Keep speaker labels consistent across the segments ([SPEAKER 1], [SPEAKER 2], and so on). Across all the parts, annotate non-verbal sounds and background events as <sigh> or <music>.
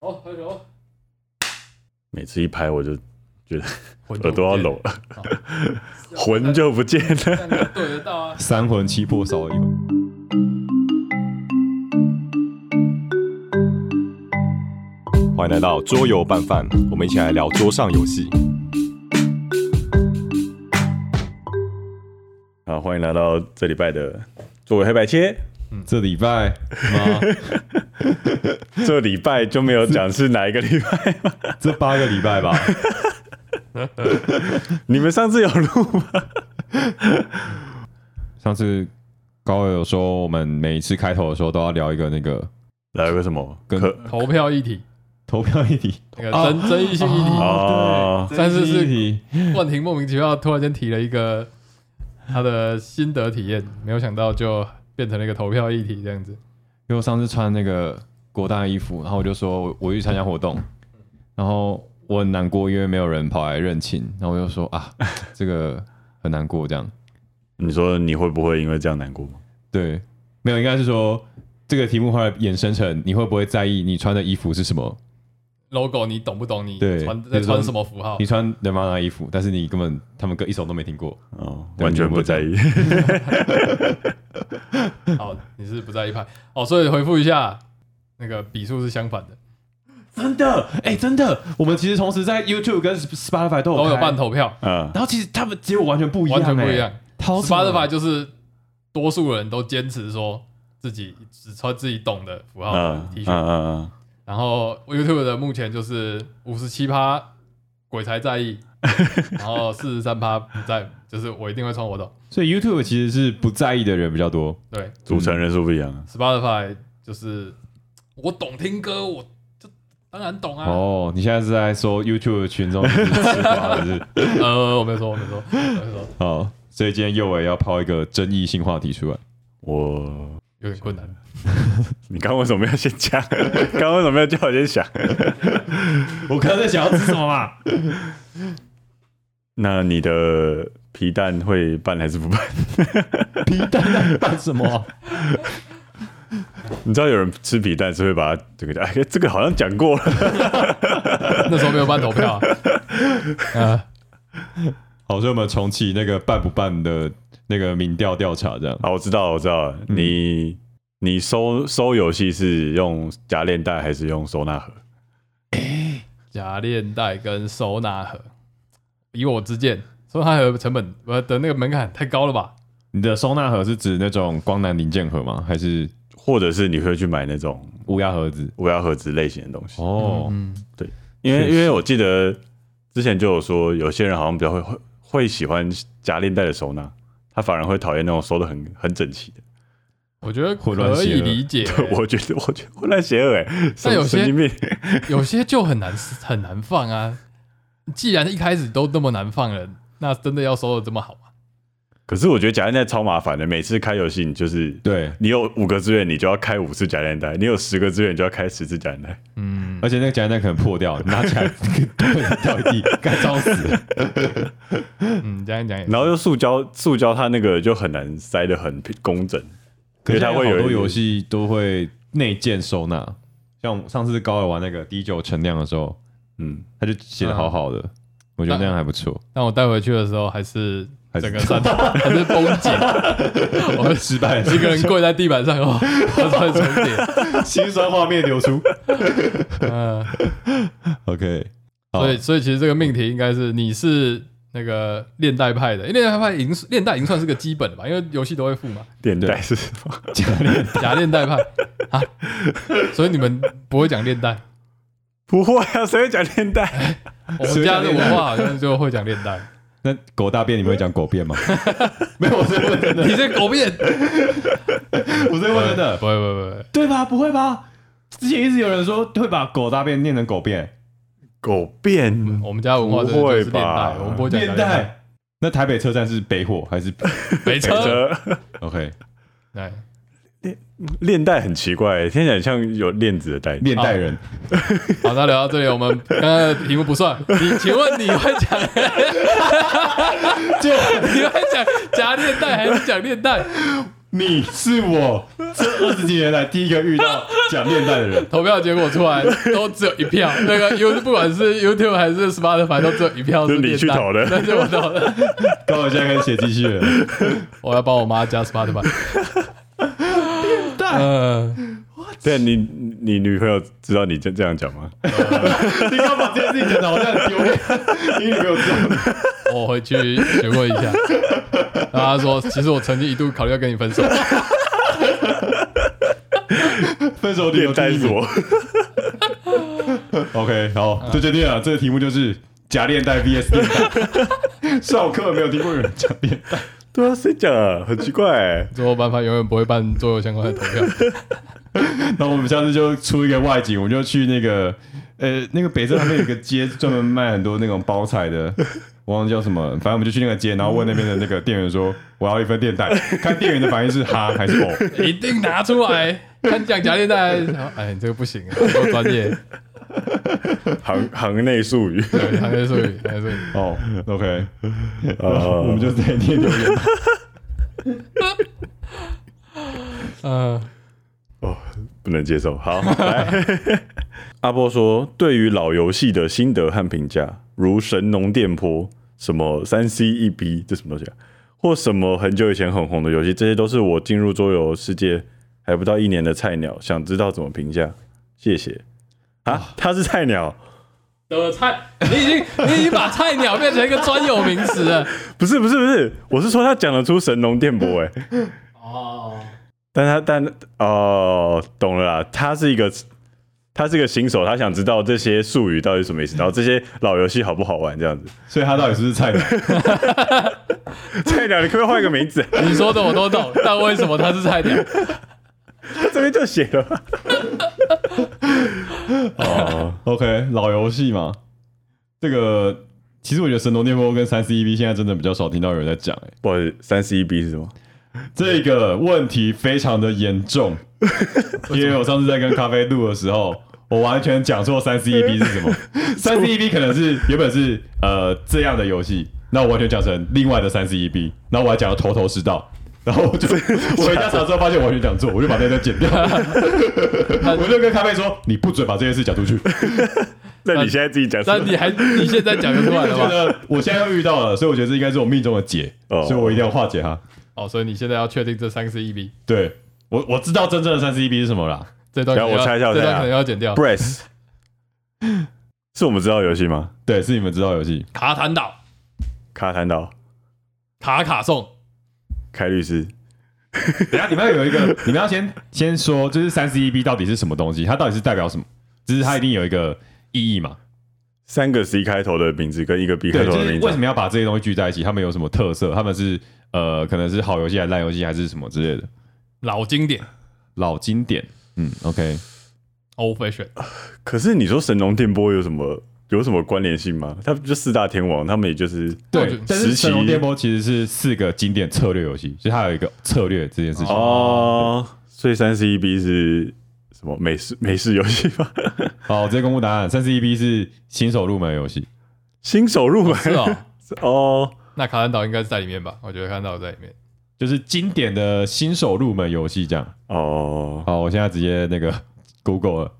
[SPEAKER 1] 好，开始哦。
[SPEAKER 2] 每次一拍我就
[SPEAKER 3] 魂
[SPEAKER 2] 耳朵要
[SPEAKER 3] 都
[SPEAKER 2] 聋
[SPEAKER 3] <laughs>
[SPEAKER 2] 了，魂就不见了。 <laughs>
[SPEAKER 1] 但你对得到啊。
[SPEAKER 3] 三魂七魄少一魂。
[SPEAKER 4] 欢迎来到桌游拌饭，我们一起来聊桌上游戏。
[SPEAKER 2] 好，欢迎来到这礼拜的作为黑白
[SPEAKER 3] <laughs>
[SPEAKER 2] 切。
[SPEAKER 3] 嗯这礼拜
[SPEAKER 1] 啊
[SPEAKER 3] 吗？
[SPEAKER 2] 这礼拜就没有讲是哪一个礼
[SPEAKER 3] <laughs>
[SPEAKER 2] 拜，
[SPEAKER 3] 这八个
[SPEAKER 4] <laughs>
[SPEAKER 3] 礼拜吧，
[SPEAKER 2] 你们上次有录吗？
[SPEAKER 3] 上次高友有说，我们每一次开头的时候都要聊一个那个
[SPEAKER 2] 来个什么？
[SPEAKER 3] 跟哦
[SPEAKER 2] 可
[SPEAKER 1] 投票议题，
[SPEAKER 3] 投票议 <laughs> 题，
[SPEAKER 1] 那个争争议性议题，
[SPEAKER 3] 啊
[SPEAKER 2] 哦
[SPEAKER 3] 对
[SPEAKER 1] 但是是
[SPEAKER 3] 争议议题
[SPEAKER 1] 冠廷莫名其妙突然间提了一个他的心得体验，没有想到就变成了一个投票议题这样子。
[SPEAKER 3] 因为我上次穿那个国大的衣服，然后我就说我我去参加活动，然后我很难过，因为没有人跑来认亲，然后我就说啊，这个很难过这样。
[SPEAKER 2] 你说你会不会因为这样难过吗？
[SPEAKER 3] 对，没有，应该是说这个题目后来衍生成你会不会在意你穿的衣服是什么？
[SPEAKER 1] logo 你懂不懂？你
[SPEAKER 3] 对
[SPEAKER 1] 穿
[SPEAKER 3] 比
[SPEAKER 1] 在
[SPEAKER 3] 如说
[SPEAKER 1] 穿什么符号
[SPEAKER 3] 你？穿人妈的衣服，但是你根本他们歌一首都没听过。
[SPEAKER 2] 哦，
[SPEAKER 3] 对
[SPEAKER 2] 完全不在意。 <laughs>
[SPEAKER 1] 好，你是不在一派哦，所以回复一下，那个笔数是相反的，
[SPEAKER 3] 真的，哎、真的，我们其实同时在 YouTube 跟 Spotify 都有
[SPEAKER 1] 都有
[SPEAKER 3] 哦开
[SPEAKER 1] 办，投票，
[SPEAKER 2] 嗯，
[SPEAKER 3] 然后其实他们结果完全不一样、
[SPEAKER 1] 完全不一
[SPEAKER 3] 哎，
[SPEAKER 1] 样。
[SPEAKER 3] 超扯
[SPEAKER 1] Spotify 就是多数人都坚持说自己只穿自己懂的符
[SPEAKER 3] 哦
[SPEAKER 1] 号的
[SPEAKER 3] 啊
[SPEAKER 2] 嗯
[SPEAKER 1] T
[SPEAKER 2] 嗯
[SPEAKER 1] 恤，
[SPEAKER 2] 嗯
[SPEAKER 1] 然后 YouTube 的目前就是五十七趴鬼才在
[SPEAKER 3] <laughs>
[SPEAKER 1] 意，然后四十三趴不在，就是我一定会穿我懂。
[SPEAKER 3] 所以 YouTube 其实是不在意的人比较多。
[SPEAKER 1] 对
[SPEAKER 2] 嗯，组成人数不一样啊。
[SPEAKER 1] ，Spotify 就是我懂听歌，我就当然懂啊。
[SPEAKER 3] 哦，你现在是在说 YouTube 的
[SPEAKER 1] <laughs>
[SPEAKER 3] 群众是不是吃瓜还是？
[SPEAKER 1] 呃，我没说，我没说，我没说，
[SPEAKER 3] 好，所以今天右伟要抛一个争议性话题出来。
[SPEAKER 2] 我，
[SPEAKER 1] 有点困
[SPEAKER 3] <laughs>
[SPEAKER 1] 难。
[SPEAKER 2] 你刚为什么要先讲？ <laughs> 刚刚为什么要叫我先想？
[SPEAKER 3] 我刚才想要吃什么 <laughs> 嘛？
[SPEAKER 2] 那你的皮蛋会拌还是不拌？
[SPEAKER 3] 皮蛋蛋拌什么啊？
[SPEAKER 2] 你知道有人吃皮蛋是会把它这个，哎，这个好像讲过
[SPEAKER 3] <laughs>
[SPEAKER 2] 了。
[SPEAKER 1] 那时候没有办投票、啊，呃，
[SPEAKER 3] 好，所以我们重启那个办不办的那个民调调查，这样。
[SPEAKER 2] 啊，我知道，我知道，
[SPEAKER 3] 嗯
[SPEAKER 2] 你你收收游戏是用夹链袋还是用收纳盒？
[SPEAKER 1] 夹链袋跟收纳盒，以我之见，收纳盒成本呃的那个门槛太高了吧？
[SPEAKER 3] 你的收纳盒是指那种光南零件盒吗？还是
[SPEAKER 2] 或者是你会去买那种
[SPEAKER 3] 乌鸦盒子？
[SPEAKER 2] 无牙盒子类型的东西？
[SPEAKER 3] 哦，
[SPEAKER 1] 嗯，
[SPEAKER 2] 因
[SPEAKER 3] 确
[SPEAKER 2] 为
[SPEAKER 3] 实
[SPEAKER 2] 因为我记得之前就有说，有些人好像比较会会会喜欢夹链袋的收纳，他反而会讨厌那种收的很很整齐的。
[SPEAKER 1] 我觉得
[SPEAKER 3] 混乱
[SPEAKER 1] 可
[SPEAKER 3] 邪
[SPEAKER 1] 以
[SPEAKER 3] 恶
[SPEAKER 1] 理
[SPEAKER 3] <laughs>
[SPEAKER 1] 解、
[SPEAKER 2] <laughs> 我觉得我觉得混乱邪恶哎、欸，什么
[SPEAKER 1] 有些
[SPEAKER 2] 神经病。
[SPEAKER 1] <laughs> 有些就很难很难放啊。既然一开始都那么难放了，那真的要收的这么好吗？
[SPEAKER 2] 可是我觉得夹链袋超麻烦的，每次开游戏你就是
[SPEAKER 3] 对，
[SPEAKER 2] 你有五个资源，你就要开五次夹链袋；你有十个资源，你就要开十次夹链袋。
[SPEAKER 1] 嗯，
[SPEAKER 3] 而且那个夹链袋可能破掉，拿起来 <laughs> 掉地，该烧死了。
[SPEAKER 1] 嗯，这样讲也是
[SPEAKER 2] 然后又塑胶，塑胶它那个就很难塞的很工整。因
[SPEAKER 3] 可
[SPEAKER 2] 为
[SPEAKER 3] 是
[SPEAKER 2] 它会有
[SPEAKER 3] 好
[SPEAKER 2] 一
[SPEAKER 3] 多
[SPEAKER 2] 个
[SPEAKER 3] 游戏都会内建收纳，像上次高尔玩那个滴酒陈酿的时候，
[SPEAKER 2] 嗯，
[SPEAKER 3] 他就写的好好的，我觉得那样还不错。
[SPEAKER 1] 但我带回去的时候还是
[SPEAKER 3] 还是
[SPEAKER 1] 整个
[SPEAKER 3] <laughs>
[SPEAKER 1] 山头还是崩解，我们
[SPEAKER 3] 失 <laughs> 败
[SPEAKER 1] 一个人跪在地板上哦，很重
[SPEAKER 3] <laughs>
[SPEAKER 1] 叠。
[SPEAKER 3] 心酸画面流出。
[SPEAKER 1] 嗯，
[SPEAKER 3] <laughs> OK，好
[SPEAKER 1] 所以所以其实这个命题应该是你是那个链带派的，因为链带派赢链带赢算是个基本的吧，因为游戏都会付嘛，
[SPEAKER 2] 电带是什么？
[SPEAKER 3] 夹链
[SPEAKER 1] 假链
[SPEAKER 3] <laughs>
[SPEAKER 1] 带派啊，所以你们不会讲链带。
[SPEAKER 2] <laughs> 不会啊，谁会讲
[SPEAKER 1] <laughs>
[SPEAKER 2] 电带？
[SPEAKER 1] 我们家的文化好像就会讲链带。
[SPEAKER 3] 那狗大便你们会讲狗便吗？ <laughs> 没有，我是问 <laughs> 真的，
[SPEAKER 1] 你这狗屁！
[SPEAKER 3] 我是问真的，
[SPEAKER 1] 不会不会不会，
[SPEAKER 3] 呃对吧？不会吧？之前一直有人说会把狗大便念成狗便，
[SPEAKER 2] 狗便
[SPEAKER 1] 我们家文化真的就是链带，我们不会讲
[SPEAKER 3] 念
[SPEAKER 1] 带。
[SPEAKER 3] 代。那台北车站是北火还是
[SPEAKER 1] 没
[SPEAKER 2] 北
[SPEAKER 1] 车，
[SPEAKER 2] 车
[SPEAKER 3] OK
[SPEAKER 1] 对，
[SPEAKER 2] 链带很奇怪、听起来像有链子的带子。
[SPEAKER 3] 面代人？
[SPEAKER 1] 好，那聊到这里，我们刚刚的题目不算。你请问你会讲，
[SPEAKER 3] 就
[SPEAKER 1] 你会讲夹链带还是讲链带？
[SPEAKER 3] 你是我这二十几年来第一个遇到 <laughs>
[SPEAKER 2] 讲面带的人，
[SPEAKER 1] 投票结果出来都只有一票，那个 You 不管是 YouTube 还是 Spotify 都只有一票
[SPEAKER 2] 就是是你去
[SPEAKER 1] 电
[SPEAKER 2] 投的
[SPEAKER 1] 单那是我投的。
[SPEAKER 3] 刚好现在开始写机器人了，
[SPEAKER 1] 我要帮我妈加 <laughs> Spotify。变态，嗯，
[SPEAKER 2] 对，啊你你女朋友知道你这这样讲吗？
[SPEAKER 1] 哎
[SPEAKER 3] 你刚把这件事情讲的好像很丢脸， <laughs> 你女朋友知道吗？
[SPEAKER 1] 我回去学过一
[SPEAKER 2] <laughs>
[SPEAKER 1] 下。然后她说，其实我曾经一度考虑要跟你分手， <laughs>
[SPEAKER 3] 分手理由
[SPEAKER 2] 面带
[SPEAKER 3] 第一
[SPEAKER 2] 是
[SPEAKER 3] 名
[SPEAKER 2] 我，
[SPEAKER 3] OK，好，就决定了。这个题目就是假链带 VS 链带。上课没有听过有人讲链带，
[SPEAKER 2] <laughs> 对啊，谁讲啊？很奇
[SPEAKER 1] <laughs>
[SPEAKER 2] 怪、欸，
[SPEAKER 1] 最后办法永远不会办桌游相关的投票。
[SPEAKER 3] <laughs> 那我们下次就出一个外景，我们就去那个呃，那个北镇那边有个街，专门卖很多那种包菜的，我忘记叫什么，反正我们就去那个街，然后问那边的那个店员说，我要一份电带，看店员的反应是哈还是哦。
[SPEAKER 1] <laughs> 一定拿出来。看讲夹链带，哎，你这个不行啊，不够专业。
[SPEAKER 2] 行行内术语。
[SPEAKER 1] 对，还哎是术语，还是术语。
[SPEAKER 3] 哦，OK，
[SPEAKER 2] 哦
[SPEAKER 3] 我们就在念留言吧。
[SPEAKER 1] <laughs> 嗯，
[SPEAKER 2] 哦，不能接受。好，来， <laughs> 阿波说，对于老游戏的心得和评价，如《神农电波》、什么三 C 一 B 这什么东西啊，或什么很久以前很红的游戏，这些都是我进入桌游世界还不到一年的菜鸟，想知道怎么评价。谢谢。啊，他是菜鸟，
[SPEAKER 1] 的呃菜，你已经你已经把菜鸟变成一个专有名词了。
[SPEAKER 2] 不是不是不是，我是说他讲得出《神农电波》
[SPEAKER 3] <laughs>
[SPEAKER 2] 哎。
[SPEAKER 1] 哦，
[SPEAKER 2] 但他但哦，懂了啦，他是一个他是一个新手，他想知道这些术语到底是什么意思，然后这些老游戏好不好玩这样子。
[SPEAKER 3] 所以他到底是不是菜鸟？
[SPEAKER 2] 菜鸟，你可不可以换一个名字？ <laughs>
[SPEAKER 1] 你说的我都懂，但为什么他是菜鸟？
[SPEAKER 2] 他这边就写了。 <laughs> 哦，
[SPEAKER 3] OK，老游戏嘛，这个其实我觉得《神农电波》跟三 C E B 现在真的比较少听到有人在讲、欸，
[SPEAKER 2] 不好意思，三十一 B 是什么？
[SPEAKER 3] 这个问题非常的严重，因为我上次在跟咖啡录的时候，我完全讲错三 C E B 是什么，三 C E B 可能是原本是呃这样的游戏，那我完全讲成另外的三 C E B，那我还讲的头头是道。然后我就我回家查之后发现我完全讲错，我就把那段剪掉。我就跟咖啡说：“你不准把这件事讲出去。”
[SPEAKER 2] 那你现在自己讲什
[SPEAKER 1] 但
[SPEAKER 2] 么？
[SPEAKER 1] 你还你现在讲得出来
[SPEAKER 3] 我
[SPEAKER 1] 了
[SPEAKER 3] 觉
[SPEAKER 2] <laughs>
[SPEAKER 1] 吗？
[SPEAKER 3] 得我现在又遇到了，所以我觉得这应该是我命中的解，
[SPEAKER 2] 哦
[SPEAKER 3] 所以我一定要化解它。
[SPEAKER 1] 哦，所以你现在要确定这三个是 E B，
[SPEAKER 3] 对我我知道真正的三 C B 是什么啦，
[SPEAKER 1] 这段可能
[SPEAKER 2] 等一下我猜一下
[SPEAKER 1] 要
[SPEAKER 2] 我
[SPEAKER 1] 这
[SPEAKER 2] 猜一下
[SPEAKER 1] 段可能要剪
[SPEAKER 3] 啊
[SPEAKER 1] 掉。
[SPEAKER 2] Breath 是我们知道的游戏吗？
[SPEAKER 3] 对，是你们知道的游戏。
[SPEAKER 1] 卡坦岛、
[SPEAKER 2] 卡坦岛、
[SPEAKER 1] 卡卡颂，
[SPEAKER 2] 开律师，
[SPEAKER 3] <laughs> 等一下你们要有一个，你们要先先说，就是三 C E B 到底是什么东西，它到底是代表什么？就是它一定有一个意义嘛？
[SPEAKER 2] 三个 C 开头的名字跟一个 B 开
[SPEAKER 3] 对，
[SPEAKER 2] 头
[SPEAKER 3] 就
[SPEAKER 2] 的
[SPEAKER 3] 是
[SPEAKER 2] 名
[SPEAKER 3] 为什
[SPEAKER 2] 字。
[SPEAKER 3] 么要把这些东西聚在一起？他们有什么特色？他们是呃，可能是好游戏还是烂游戏，还是什么之类的？
[SPEAKER 1] 老经典
[SPEAKER 3] 老经典，嗯，OK，
[SPEAKER 1] ，Old Fashion。
[SPEAKER 2] 可是你说神农电波有什么有什么关联性吗？他不就四大天王，他们也就是
[SPEAKER 3] 对。但是
[SPEAKER 2] 时
[SPEAKER 3] 《神龙
[SPEAKER 2] 期
[SPEAKER 3] 电波》其实是四个经典策略游戏，所以它有一个策略这件事情。
[SPEAKER 2] 哦，所以三十一 B 是什么美式美式游戏吗？ <laughs>
[SPEAKER 3] 好，我直接公布答案，三十一 B 是新手入门游戏。
[SPEAKER 2] 新手入门
[SPEAKER 1] 是哦，
[SPEAKER 2] 哦，
[SPEAKER 1] <laughs> 那卡坦岛应该是在里面吧？我觉得卡坦岛在里面。
[SPEAKER 3] 就是经典的新手入门游戏，这样。
[SPEAKER 2] 哦，
[SPEAKER 3] 好，我现在直接那个 <laughs> Google 了，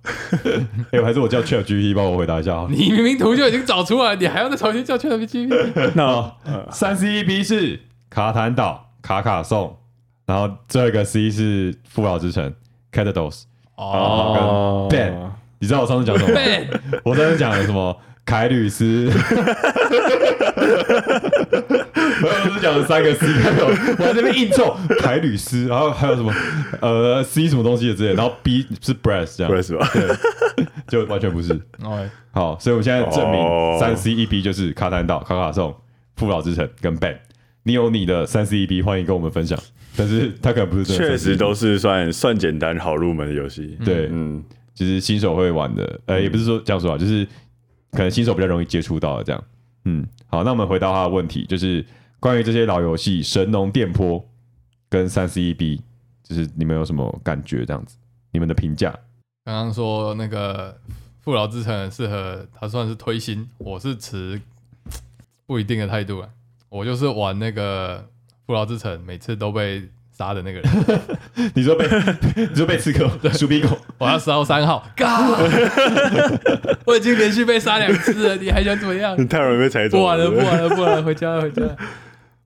[SPEAKER 3] 哎、我还是我叫 Chat GPT 帮我回答一下好了。
[SPEAKER 1] 你明明图就已经找出来，你还要再重新叫 ChatGPT？
[SPEAKER 2] 那
[SPEAKER 3] 三十一 B 是卡坦岛、卡卡颂，然后最后一个 C 是富饶之城 c a t a d o s
[SPEAKER 1] 哦，
[SPEAKER 3] 跟 Ben 你知道我上次讲什么吗？
[SPEAKER 1] 对，
[SPEAKER 3] <laughs> 我上次讲了什么？凯吕斯。 <laughs> 我只讲了三个 C 开头，我还在那边硬凑凯吕斯，然后还有什么呃 C 什么东西的之类的，然后 B 是 Brass 这
[SPEAKER 2] 不
[SPEAKER 3] 样，
[SPEAKER 2] 是吧？
[SPEAKER 3] 就完全不是。
[SPEAKER 1] 哦，
[SPEAKER 3] 好，所以我现在证
[SPEAKER 2] 哦
[SPEAKER 3] 明三 C 一 B 就是卡坦岛、卡卡颂、富饶之城跟 Ben。你有你的三 C 一 B，欢迎跟我们分享。但是它可能不是真的
[SPEAKER 2] 确实
[SPEAKER 3] 3C1B
[SPEAKER 2] 都是算算简单好入门的游戏。
[SPEAKER 3] 对，
[SPEAKER 2] 嗯，
[SPEAKER 3] 就是新手会玩的，呃，也不是说这样说啊，就是可能新手比较容易接触到的这样。嗯，好，那我们回到他的问题，就是关于这些老游戏《神农电波》跟三 C E B，就是你们有什么感觉？这样子，你们的评价？
[SPEAKER 1] 刚刚说那个富饶之城很适合，它算是推新，我是持不一定的态度啊。我就是玩那个富饶之城，每次都被杀的那个人，
[SPEAKER 3] 你说被 <laughs> 你说被刺客鼠鼻狗，
[SPEAKER 1] 我要烧三号，嘎！ <laughs> 我已经连续被杀两次了，你还想怎么 <laughs> 样？
[SPEAKER 2] 嗯太容易被踩走
[SPEAKER 1] 不玩了，不
[SPEAKER 2] 对对
[SPEAKER 1] 玩了，不玩了，回家了，回家了。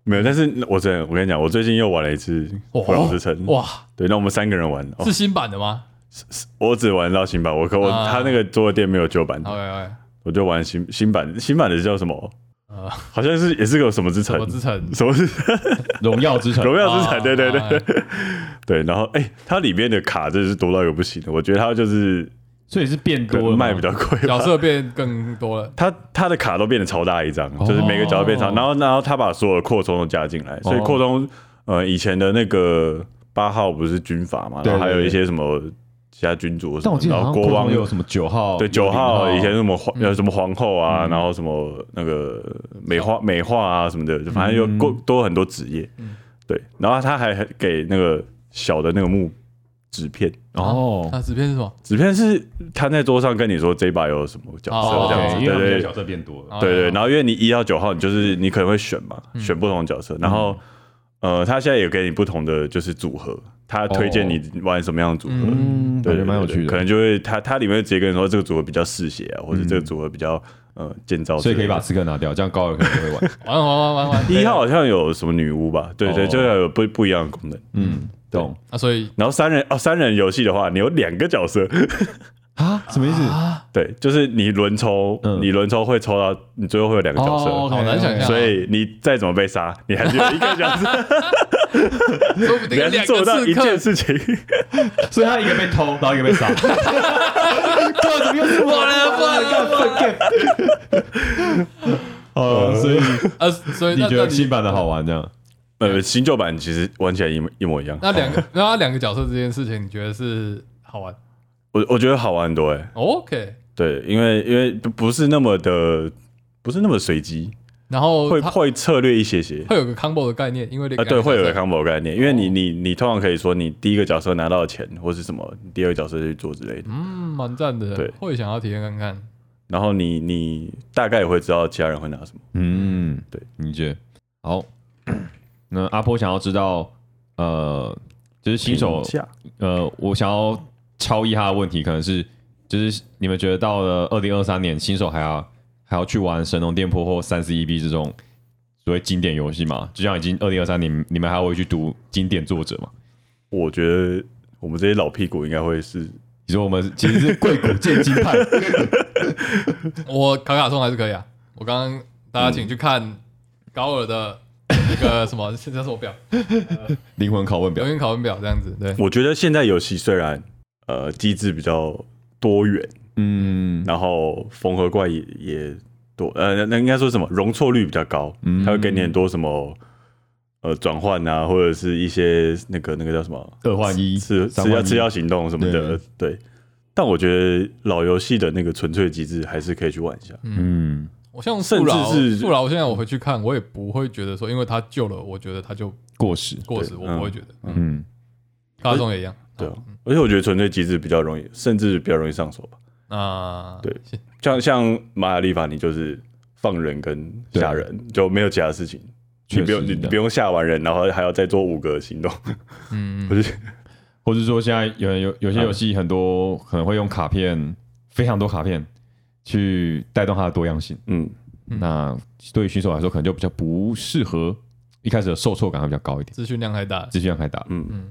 [SPEAKER 2] 没有，但是我真的，我跟你讲，我最近又玩了一次
[SPEAKER 1] 哦
[SPEAKER 2] 《鬼老之城》。
[SPEAKER 1] 哇，
[SPEAKER 2] 对，那我们三个人玩，哦
[SPEAKER 1] 是、新版的吗
[SPEAKER 2] 我只玩到新版，我可我、
[SPEAKER 1] 啊哦
[SPEAKER 2] 他那个桌的店没有旧版的，
[SPEAKER 1] ？OK OK，
[SPEAKER 2] 我就玩新新版，新版的叫什么？
[SPEAKER 1] 呃，
[SPEAKER 2] 好像是也是个什么之
[SPEAKER 1] 什
[SPEAKER 2] 城
[SPEAKER 1] 么，之城？
[SPEAKER 2] 什么之
[SPEAKER 3] 荣耀之城，
[SPEAKER 2] 荣耀之城，
[SPEAKER 1] 啊
[SPEAKER 2] 对对对
[SPEAKER 1] 啊
[SPEAKER 2] 对对。然后哎、它里面的卡真的是多到一个不行的，我觉得它就是
[SPEAKER 3] 所以是变
[SPEAKER 2] 可
[SPEAKER 3] 多了
[SPEAKER 2] 能 <laughs>
[SPEAKER 3] 吗
[SPEAKER 2] 卖比较贵吧，
[SPEAKER 1] 哎角色变更多了，
[SPEAKER 2] 它它的卡都变得超大一张，就是每个角都变长，
[SPEAKER 1] 哦
[SPEAKER 2] 然后然后它把所有的扩充都加进来，所以扩充呃以前的那个八号不是军阀嘛，
[SPEAKER 3] 对
[SPEAKER 2] 然后还有
[SPEAKER 3] 对对
[SPEAKER 2] 一些什么其他君主什
[SPEAKER 3] 但我
[SPEAKER 2] 么，
[SPEAKER 3] 记得
[SPEAKER 2] 然
[SPEAKER 3] 好
[SPEAKER 2] 后
[SPEAKER 3] 像
[SPEAKER 2] 国王
[SPEAKER 3] 有什么九号，
[SPEAKER 2] 对
[SPEAKER 3] 哦有
[SPEAKER 2] 九
[SPEAKER 3] 零
[SPEAKER 2] 号以前什么皇
[SPEAKER 1] 嗯
[SPEAKER 2] 呃什么皇后啊，然后什么那个美化美化啊什么的，反正有
[SPEAKER 3] 嗯
[SPEAKER 2] 过多很多职业
[SPEAKER 1] 嗯，
[SPEAKER 2] 对，然后他还给那个小的那个木纸片，
[SPEAKER 3] 哦，
[SPEAKER 1] 那纸片是什么？
[SPEAKER 2] 纸片是摊在桌上跟你说这一把有什么角
[SPEAKER 1] 哦
[SPEAKER 2] 色这样子，
[SPEAKER 1] OK，
[SPEAKER 3] 因
[SPEAKER 2] 对
[SPEAKER 3] 为他们
[SPEAKER 2] 对
[SPEAKER 3] 的
[SPEAKER 2] 对
[SPEAKER 3] 角。色变多了，
[SPEAKER 1] 哦
[SPEAKER 2] 对对，然后因为你一到九号，你就是你可能会选嘛，
[SPEAKER 1] 嗯
[SPEAKER 2] 选不同的角色。然后呃，他现在有给你不同的就是组合，他推荐你玩什么样的组合，
[SPEAKER 1] 嗯
[SPEAKER 3] 嗯，
[SPEAKER 2] 对对，
[SPEAKER 3] 感觉
[SPEAKER 2] 对
[SPEAKER 3] 蛮有
[SPEAKER 2] 对
[SPEAKER 3] 趣
[SPEAKER 2] 可
[SPEAKER 3] 的，
[SPEAKER 2] 能就会他他里面直接跟你说这个组合比较嗜血啊，或者
[SPEAKER 3] 嗯
[SPEAKER 2] 这个组合比较呃建造之
[SPEAKER 3] 所以
[SPEAKER 2] 类的，
[SPEAKER 3] 可以把刺客拿掉，这样高尔可能就会
[SPEAKER 2] <laughs>
[SPEAKER 3] 玩，
[SPEAKER 1] 玩玩玩玩玩。
[SPEAKER 2] 一号好像有什么女巫吧？对对，
[SPEAKER 3] 哦
[SPEAKER 2] 就要有不不一样的功能。
[SPEAKER 3] 嗯，懂
[SPEAKER 1] 啊，所 <laughs> 以
[SPEAKER 2] 然后三人哦，三人游戏的话，你有两个角
[SPEAKER 3] <laughs>
[SPEAKER 2] 色，
[SPEAKER 3] 啊？什么意思？
[SPEAKER 1] 啊，
[SPEAKER 2] 对，就是你轮抽，
[SPEAKER 3] 嗯
[SPEAKER 2] 你轮抽会抽到你最后会有两个角色。
[SPEAKER 3] 哦，OK，
[SPEAKER 1] 好难想象
[SPEAKER 2] 所以你再怎么被杀，你还是有一个角
[SPEAKER 3] <laughs>
[SPEAKER 2] 色，
[SPEAKER 1] 说不定
[SPEAKER 2] 你还
[SPEAKER 1] 有
[SPEAKER 2] 是
[SPEAKER 1] 两
[SPEAKER 2] 做
[SPEAKER 1] 个
[SPEAKER 2] 到
[SPEAKER 1] 刺
[SPEAKER 2] 一
[SPEAKER 1] 客
[SPEAKER 2] 件。事情。 <laughs>
[SPEAKER 3] 所以他一个被偷，然后一个被杀。哇，怎么又是我
[SPEAKER 1] 了完了
[SPEAKER 3] 干 fuck it！哦， <laughs> 所以
[SPEAKER 1] 呃，所以
[SPEAKER 3] 你
[SPEAKER 1] 那
[SPEAKER 3] 觉
[SPEAKER 1] 那
[SPEAKER 3] 得
[SPEAKER 1] 你
[SPEAKER 3] 新版的好玩这样？
[SPEAKER 2] 呃，新旧版其实玩起来一模一模一样。
[SPEAKER 1] 那两个那两个角色这件事情，你觉得是好玩哦
[SPEAKER 2] 我我觉得好玩很多哎、
[SPEAKER 1] ？OK，
[SPEAKER 2] 对，因为因为不不是那么的，不是那么随机，
[SPEAKER 1] 然后
[SPEAKER 2] 会
[SPEAKER 1] 它
[SPEAKER 2] 会策略一些些。
[SPEAKER 1] 会有个 combo 的概念，因为
[SPEAKER 2] 啊，对，会有个
[SPEAKER 1] 个
[SPEAKER 2] combo 概念，因为你你你通常可以说你第一个角色拿到的钱或是什么，你第二个角色去做之类的，
[SPEAKER 1] 嗯，蛮赞的，
[SPEAKER 2] 对
[SPEAKER 1] 会想要体验看看。
[SPEAKER 2] 然后你你大概也会知道其他人会拿什么。
[SPEAKER 3] 嗯，
[SPEAKER 2] 对，
[SPEAKER 3] 理解。好， <coughs> 那阿波想要知道，呃，就是新手
[SPEAKER 2] 评，价
[SPEAKER 3] 呃，我想要超一他的问题，可能是就是你们觉得到了二零二三年，新手还要还要去玩神农店铺或三十一 B 这种所谓经典游戏吗？就像已经二零二三年，你们还会去读经典作者吗？
[SPEAKER 2] 我觉得我们这些老屁股应该会是
[SPEAKER 3] 你说我们其实是贵谷建金
[SPEAKER 2] <laughs>
[SPEAKER 3] 派，
[SPEAKER 1] 我卡卡颂还是可以啊，我刚刚大家
[SPEAKER 2] 嗯
[SPEAKER 1] 请去看高尔的那个什么，现 <laughs> 在是我表，
[SPEAKER 3] 灵魂拷问
[SPEAKER 1] 表
[SPEAKER 3] 表，
[SPEAKER 1] 演考文表这样子，对，
[SPEAKER 2] 我觉得现在游戏虽然呃机制比较多元，
[SPEAKER 3] 嗯
[SPEAKER 2] 然后缝合怪也也多，呃，那那应该说什么容错率比较高，
[SPEAKER 3] 嗯
[SPEAKER 2] 它会给你很多什么呃转换啊，或者是一些那个那个叫什么
[SPEAKER 3] 二换一
[SPEAKER 2] 吃
[SPEAKER 3] 三
[SPEAKER 2] 吃药
[SPEAKER 3] 换一
[SPEAKER 2] 吃药行动什么的，对。但我觉得老游戏的那个纯粹机制还是可以去玩一下，
[SPEAKER 3] 嗯，
[SPEAKER 1] 我像
[SPEAKER 2] 甚
[SPEAKER 1] 富饶
[SPEAKER 2] 至是
[SPEAKER 1] 富饶，现在我回去看，我也不会觉得说，因为他救了，我觉得他就
[SPEAKER 3] 过时，
[SPEAKER 1] 过时，我
[SPEAKER 2] 嗯
[SPEAKER 1] 不会觉得。
[SPEAKER 3] 嗯，
[SPEAKER 1] 卡卡颂也一样，
[SPEAKER 2] 对啊。而且我觉得纯粹机制比较容易，甚至比较容易上手吧。
[SPEAKER 1] 啊，
[SPEAKER 2] 对
[SPEAKER 1] 是，
[SPEAKER 2] 像像玛雅历法，你就是放人跟吓人，就没有其他事情。你不用
[SPEAKER 3] 确
[SPEAKER 2] 你
[SPEAKER 3] 实是这
[SPEAKER 2] 你
[SPEAKER 3] 样
[SPEAKER 2] 不用吓完人，然后还要再做五个行动。
[SPEAKER 1] 嗯，
[SPEAKER 2] 我就
[SPEAKER 3] 或者说现在有人有有些游戏很多可能会用卡片，非常多卡片去带动它的多样性。
[SPEAKER 2] 嗯，
[SPEAKER 1] 嗯
[SPEAKER 3] 那对于新手来说，可能就比较不适合，一开始的受挫感会比较高一点，
[SPEAKER 1] 资讯量太大了，
[SPEAKER 3] 资讯量太大。
[SPEAKER 2] 嗯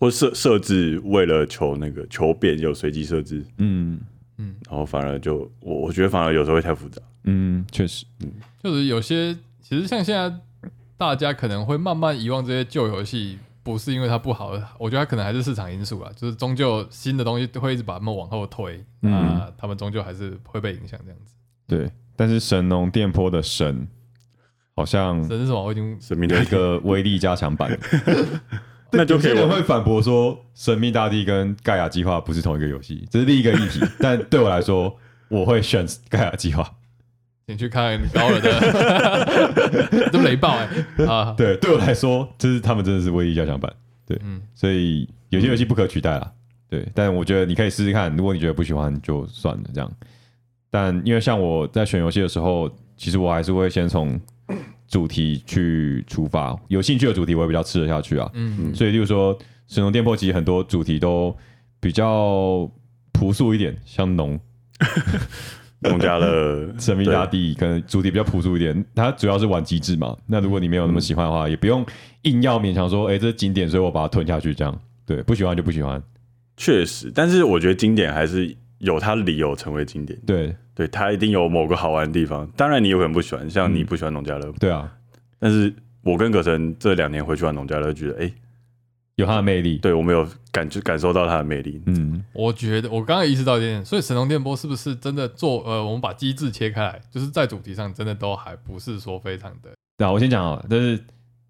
[SPEAKER 2] 或设设置为了求那个求变有随机设置，
[SPEAKER 3] 嗯
[SPEAKER 2] 然后反而就我我觉得反而有时候会太复杂。
[SPEAKER 3] 嗯，确实，
[SPEAKER 1] 就是有些其实像现在大家可能会慢慢遗忘这些旧游戏，不是因为它不好，我觉得它可能还是市场因素啦，就是终究新的东西会一直把他们往后推，
[SPEAKER 3] 嗯
[SPEAKER 1] 那他们终究还是会被影响这样子。
[SPEAKER 3] 对。但是神农电波的神好像
[SPEAKER 1] 这是什么？我已经
[SPEAKER 2] 神秘
[SPEAKER 3] 有
[SPEAKER 2] 的
[SPEAKER 3] 一个威力加强版，
[SPEAKER 2] <laughs> 那就可以
[SPEAKER 3] 有些人
[SPEAKER 2] 玩
[SPEAKER 3] 会反驳说，《神秘大帝》跟《盖亚计划》不是同一个游戏，这是另一个议题。但对我来说，我会选《盖亚计划》。
[SPEAKER 1] 请去看高尔的， <laughs> 这么雷暴哎、啊，
[SPEAKER 3] 对，对我来说，这是他们真的是唯一加强版。对，
[SPEAKER 1] 嗯
[SPEAKER 3] 所以有些游戏不可取代啦。对，但我觉得你可以试试看，如果你觉得不喜欢就算了这样。但因为像我在选游戏的时候，其实我还是会先从主题去出发，有兴趣的主题我也比较吃得下去啊。
[SPEAKER 1] 嗯，
[SPEAKER 3] 所以，例如说神农店破，其实很多主题都比较朴素一点，像农、
[SPEAKER 2] 农家乐
[SPEAKER 3] 神秘大地，可能主题比较朴素一点。它主要是玩机制嘛。那如果你没有那么喜欢的话，也不用硬要勉强说，哎、这是景点，所以我把它吞下去，这样对，不喜欢就不喜欢。
[SPEAKER 2] 确实，但是我觉得经典还是有它理由成为经典，
[SPEAKER 3] 对
[SPEAKER 2] 对它一定有某个好玩的地方。当然，你有可能不喜欢，像你
[SPEAKER 3] 嗯
[SPEAKER 2] 不喜欢农家乐，
[SPEAKER 3] 对啊，
[SPEAKER 2] 但是我跟葛晨这两年回去玩农家乐，觉得哎、诶
[SPEAKER 3] 有它的魅力。
[SPEAKER 2] 对我们有感就感受到它的魅力。
[SPEAKER 3] 嗯，
[SPEAKER 1] 我觉得我刚刚也意识到一点，所以神龙电波是不是真的做呃，我们把机制切开来，就是在主题上真的都还不是说非常的
[SPEAKER 3] 那、我先讲啊，但是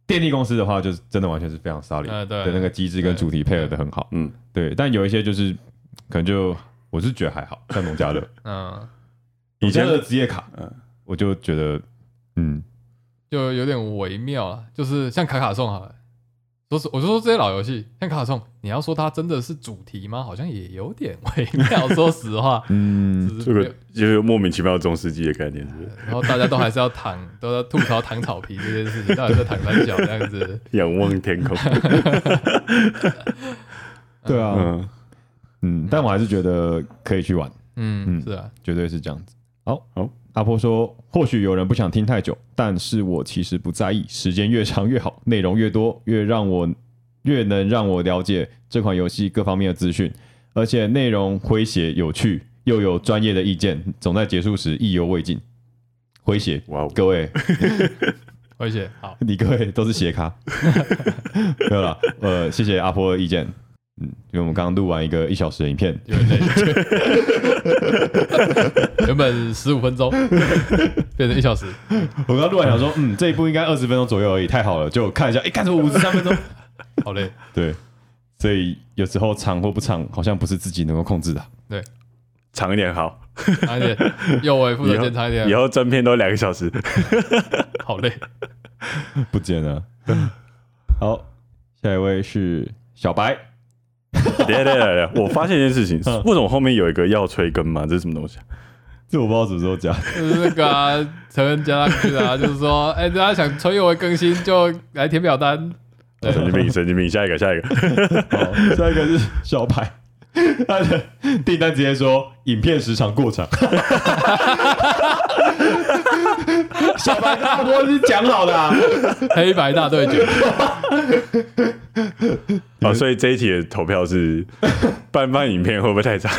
[SPEAKER 3] 电力公司的话，就是真的完全是非常 solid
[SPEAKER 1] 呃对
[SPEAKER 3] 的那个机制跟主题配合的很好。
[SPEAKER 2] 嗯，
[SPEAKER 3] 对，但有一些就是可能就我是觉得还好，像农家乐。
[SPEAKER 1] 嗯，
[SPEAKER 2] 以前
[SPEAKER 3] 我家的职业卡，
[SPEAKER 2] 嗯
[SPEAKER 3] 我就觉得，嗯，
[SPEAKER 1] 就有点微妙啊，就是像卡卡颂好了，说是我就说这些老游戏，像卡卡颂，你要说它真的是主题吗？好像也有点微妙，说实话，
[SPEAKER 3] 嗯，
[SPEAKER 1] 就是
[SPEAKER 2] 这
[SPEAKER 1] 没
[SPEAKER 2] 个
[SPEAKER 1] 有
[SPEAKER 2] 就是莫名其妙中世纪的概念，是不是
[SPEAKER 1] 然后大家都还是要躺，都在吐槽 <laughs> 躺草皮这件事情，到底在躺三角这样子，
[SPEAKER 2] 仰望
[SPEAKER 1] <laughs>
[SPEAKER 2] 天空。
[SPEAKER 3] 对啊，
[SPEAKER 2] 嗯，
[SPEAKER 3] 嗯，但我还是觉得可以去玩，
[SPEAKER 1] 嗯，
[SPEAKER 3] 嗯
[SPEAKER 1] 是啊，
[SPEAKER 3] 绝对是这样子。好，
[SPEAKER 2] 好，
[SPEAKER 3] 阿婆说，或许有人不想听太久，但是我其实不在意，时间越长越好， <laughs> 内容越多，越让我越能让我了解这款游戏各方面的资讯，而且内容诙谐有趣，又有专业的意见，总在结束时意犹未尽。诙谐，
[SPEAKER 2] 哇哦，
[SPEAKER 3] 各位， <laughs>
[SPEAKER 1] 而且好，
[SPEAKER 3] 你各位都是斜
[SPEAKER 2] <laughs>
[SPEAKER 3] 咖，没有了。呃，谢谢阿波的意见。嗯，因为我们刚刚录完一个一小时的影片，
[SPEAKER 1] 有点累，
[SPEAKER 3] <laughs>
[SPEAKER 1] 原本十五分钟变成一小时，
[SPEAKER 3] 我刚刚录完想说，嗯，这一部应该二十分钟左右而已，太好了，就看一下，哎、看什么五十三分钟？
[SPEAKER 1] 好累，
[SPEAKER 3] 对，所以有时候长或不长，好像不是自己能够控制的。 <laughs>
[SPEAKER 2] 长一点好，
[SPEAKER 1] 长一点，右尾负责
[SPEAKER 2] 以后
[SPEAKER 1] 检查一点
[SPEAKER 2] 以，后正片都两个小时。 <laughs>
[SPEAKER 1] 好累，
[SPEAKER 3] 不见了。好，下一位是小白，
[SPEAKER 2] 等一下等一下等一下，我发现一件事
[SPEAKER 1] <laughs>
[SPEAKER 2] 情，
[SPEAKER 3] 嗯
[SPEAKER 2] 为什么后面有一个要催更吗？这是什么东西啊？
[SPEAKER 3] 这我不知道什么时候讲。
[SPEAKER 1] 就是那个啊成人加上去的啊，就是说，哎，大家想催我更新就来填表单，对
[SPEAKER 2] 神经病，神经病，下一个，下一个。
[SPEAKER 3] 好，下一个是小白，他的订单直接说影片时长过长。 <laughs> 小白跟阿波是讲好的、啊，
[SPEAKER 1] 黑白大对
[SPEAKER 3] <laughs>
[SPEAKER 1] 决，
[SPEAKER 2] 哦，所以这一题的投票 <laughs> 是半半影片会不会太长？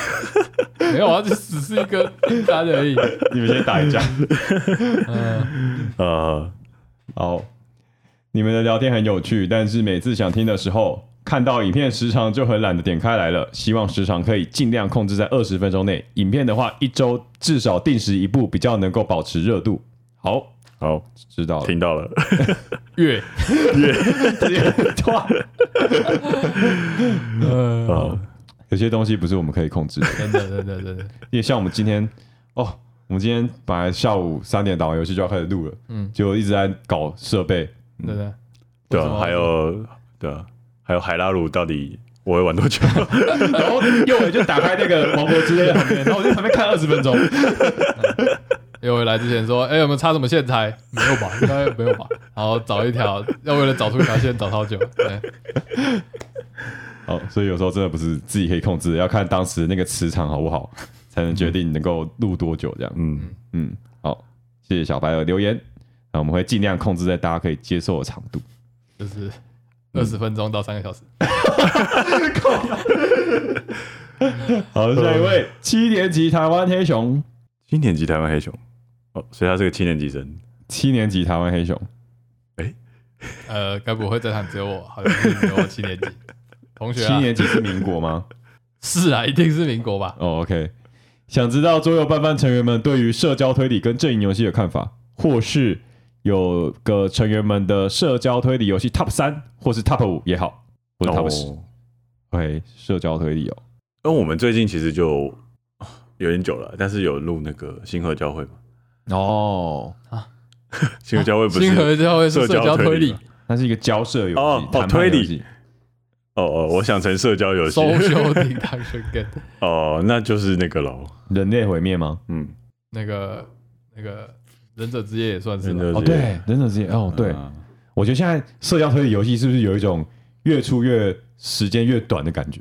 [SPEAKER 2] <laughs>
[SPEAKER 1] 没有啊，这只是一个订单而已，
[SPEAKER 3] 你们先打一架。
[SPEAKER 1] 嗯，
[SPEAKER 2] 呃，
[SPEAKER 3] 好，你们的聊天很有趣，但是每次想听的时候，看到影片时长就很懒得点开来了。希望时长可以尽量控制在二十分钟内。影片的话，一周至少定时一部，比较能够保持热度。好，
[SPEAKER 2] 好，
[SPEAKER 3] 知道了。 <laughs>
[SPEAKER 2] 听到了，
[SPEAKER 1] 月，
[SPEAKER 3] 直接断。
[SPEAKER 1] 嗯，
[SPEAKER 2] 呃，
[SPEAKER 3] 有些东西不是我们可以控制的。
[SPEAKER 1] 真的，真的，真的，
[SPEAKER 3] 因为像我们今天哦，我们今天本来下午三点打完游戏就要开始录了，
[SPEAKER 1] 嗯
[SPEAKER 3] 结果一直在搞设备，
[SPEAKER 1] 真的，
[SPEAKER 2] 对
[SPEAKER 1] 为什
[SPEAKER 2] 啊，
[SPEAKER 1] 么
[SPEAKER 2] 还有对啊，还有海拉鲁到底我会玩多久？
[SPEAKER 3] 然后右伟就打开那个《王国之泪》旁边，然后我就在旁边看二十分
[SPEAKER 1] <laughs>
[SPEAKER 3] 钟，
[SPEAKER 1] 又哎回来之前说，哎、有没有插什么线材？没有吧，应该没有吧。然后找一条，要为了找出一条线找好久。哎对，
[SPEAKER 3] 哦，所以有时候真的不是自己可以控制的，要看当时那个磁场好不好，才能决定能够录多久这样。
[SPEAKER 2] <laughs> 嗯，
[SPEAKER 3] 嗯，好，谢谢小白的留言，那我们会尽量控制在大家可以接受的长度。
[SPEAKER 1] 就是二十分钟到三个小时。
[SPEAKER 3] 好，下一位七年级台湾黑熊，
[SPEAKER 2] 七年级台湾黑熊，哦，所以他是个七年级生，
[SPEAKER 3] 七年级台湾黑熊，
[SPEAKER 1] 呃，该不会在场只有我，好像是只有我七年级同学
[SPEAKER 3] 七
[SPEAKER 1] 啊？
[SPEAKER 3] 年级是民国吗？
[SPEAKER 1] 是啊，一定是民国吧？
[SPEAKER 3] 哦、o k 想知道桌游拌饭成员们对于社交推理跟阵营游戏的看法，或是有个成员们的社交推理游戏 Top 三，或是 Top 五也好，或者 Top 十、
[SPEAKER 2] 哦。
[SPEAKER 3] OK，社交推理哦，
[SPEAKER 2] 那我们最近其实就有点久了，但是有录那个星河教会嘛？
[SPEAKER 3] 哦，
[SPEAKER 2] <laughs> 星河教会不是
[SPEAKER 1] 星河教会是社交推理
[SPEAKER 2] 社交
[SPEAKER 3] 它是一个交涉游戏，
[SPEAKER 2] 哦哦
[SPEAKER 3] 谈判
[SPEAKER 2] 推理
[SPEAKER 3] 游戏
[SPEAKER 2] 哦哦，我想成社交游 <laughs> 戏
[SPEAKER 1] ，social <laughs> deduction game，
[SPEAKER 2] 哦，那就是那个喽，
[SPEAKER 3] 人类毁灭吗？
[SPEAKER 2] 嗯，
[SPEAKER 1] 那个那个忍者之夜也算是
[SPEAKER 2] 真
[SPEAKER 1] 吧
[SPEAKER 2] 的
[SPEAKER 3] 哦，对，忍者之夜哦，对，
[SPEAKER 2] 嗯啊
[SPEAKER 3] 我觉得现在社交推理游戏是不是有一种越出越时间越短的感觉？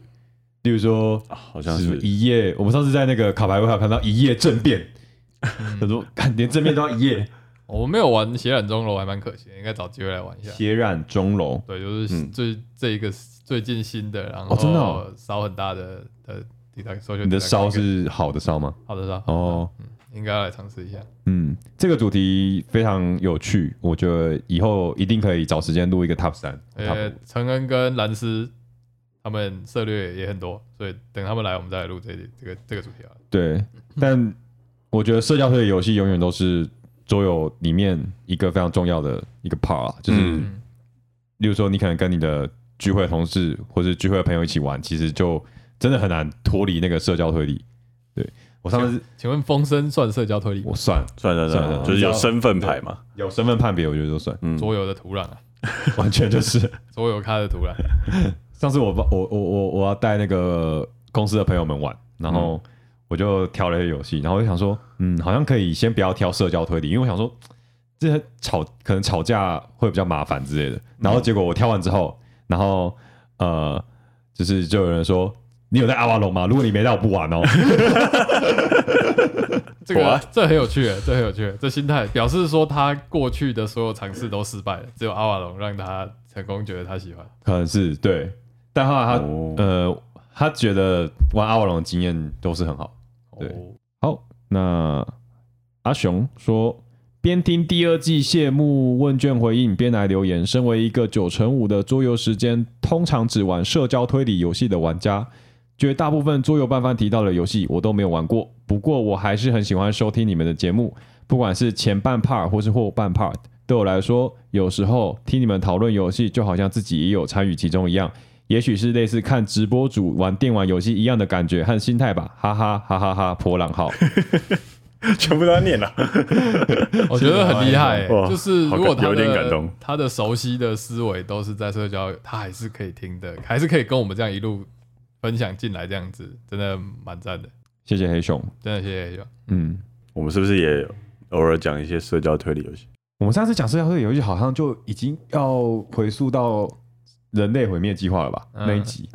[SPEAKER 3] 例如说，
[SPEAKER 2] 好
[SPEAKER 3] 像
[SPEAKER 2] 像
[SPEAKER 3] 是
[SPEAKER 2] 是
[SPEAKER 3] 一夜，我们上次在那个卡牌屋还有看到一夜政变，
[SPEAKER 2] <laughs>
[SPEAKER 3] 他说看连政变都要一夜，
[SPEAKER 1] 哦我没有玩血染钟楼，还蛮可惜的，应该找机会来玩一下。
[SPEAKER 3] 血染钟楼，
[SPEAKER 1] 对，就是
[SPEAKER 2] 嗯
[SPEAKER 1] 最、这一个最近新的，然
[SPEAKER 3] 哦真的哦
[SPEAKER 1] 后烧很大的的地带，搜
[SPEAKER 3] 你的烧是好的烧吗？
[SPEAKER 1] 好的烧，
[SPEAKER 3] 哦，
[SPEAKER 1] 应该要来尝试一下。
[SPEAKER 3] 嗯，这个主题非常有趣，我觉得以后一定可以找时间录一个 Top 三、
[SPEAKER 1] 呃
[SPEAKER 3] Top，
[SPEAKER 1] 陈恩跟蓝斯他们策略也很多，所以等他们来，我们再来录这这个这个主题啊。
[SPEAKER 3] 对，但我觉得社交推理游戏永远都是桌游里面一个非常重要的一个 part，啊就是、
[SPEAKER 2] 嗯
[SPEAKER 1] 嗯，
[SPEAKER 3] 例如说你可能跟你的聚会的同事或是聚会的朋友一起玩，其实就真的很难脱离那个社交推理。对我上次
[SPEAKER 1] 请问风声算社交推理
[SPEAKER 3] 我算
[SPEAKER 2] 算了算
[SPEAKER 3] 算
[SPEAKER 2] 了，
[SPEAKER 3] 了
[SPEAKER 2] 就是有
[SPEAKER 3] 比较
[SPEAKER 2] 身份牌嘛，
[SPEAKER 3] 有身份判别，我觉得就算
[SPEAKER 2] 嗯，
[SPEAKER 1] 桌游的土壤啊，
[SPEAKER 3] 完全就是。
[SPEAKER 1] 桌游咖的土壤。
[SPEAKER 3] 上次我帮我我我我要带那个公司的朋友们玩，然后我就挑了一个游戏，然后我就想说，嗯，好像可以先不要挑社交推理，因为我想说这些吵可能吵架会比较麻烦之类的。然后结果我挑完之后，然后呃，就是就有人说。你有带阿瓦隆吗？如果你没带，我不玩哦。
[SPEAKER 1] 这
[SPEAKER 3] 啊
[SPEAKER 1] 个
[SPEAKER 2] What？
[SPEAKER 1] 这很有趣耶，这很有趣耶，这心态表示说他过去的所有尝试都失败了，只有阿瓦隆让他成功，觉得他喜欢。
[SPEAKER 3] 可能是对，但后来他、
[SPEAKER 2] 哦
[SPEAKER 3] 呃，他觉得玩阿瓦隆的经验都是很好。对
[SPEAKER 1] 哦
[SPEAKER 3] 好，那阿雄说，边听第二季谢幕问卷回应，边来留言。身为一个九成五的桌游时间通常只玩社交推理游戏的玩家，绝大部分桌游拌饭提到的游戏我都没有玩过，不过我还是很喜欢收听你们的节目，不管是前半 part 或是后半 part，对我来说，有时候听你们讨论游戏，就好像自己也有参与其中一样。也许是类似看直播主玩电玩游戏一样的感觉和心态吧，哈哈哈哈哈！波浪号，
[SPEAKER 2] 呃 <laughs> 全部都要念啊了，
[SPEAKER 1] <laughs> 我觉得很厉害耶，
[SPEAKER 2] 哇
[SPEAKER 1] 就是如果
[SPEAKER 2] 好
[SPEAKER 1] 他
[SPEAKER 2] 感有点感
[SPEAKER 1] 的
[SPEAKER 2] 动
[SPEAKER 1] 他的熟悉的思维都是在社交，他还是可以听的，还是可以跟我们这样一路分享进来，这样子真的蛮赞的，
[SPEAKER 3] 谢谢黑熊。
[SPEAKER 1] 真的谢谢谢谢。
[SPEAKER 3] 嗯，
[SPEAKER 2] 我们是不是也偶尔讲一些社交推理游戏？
[SPEAKER 3] 我们上次讲社交推理游戏，好像就已经要回溯到人类毁灭计划了吧？
[SPEAKER 1] 嗯
[SPEAKER 3] 那一集，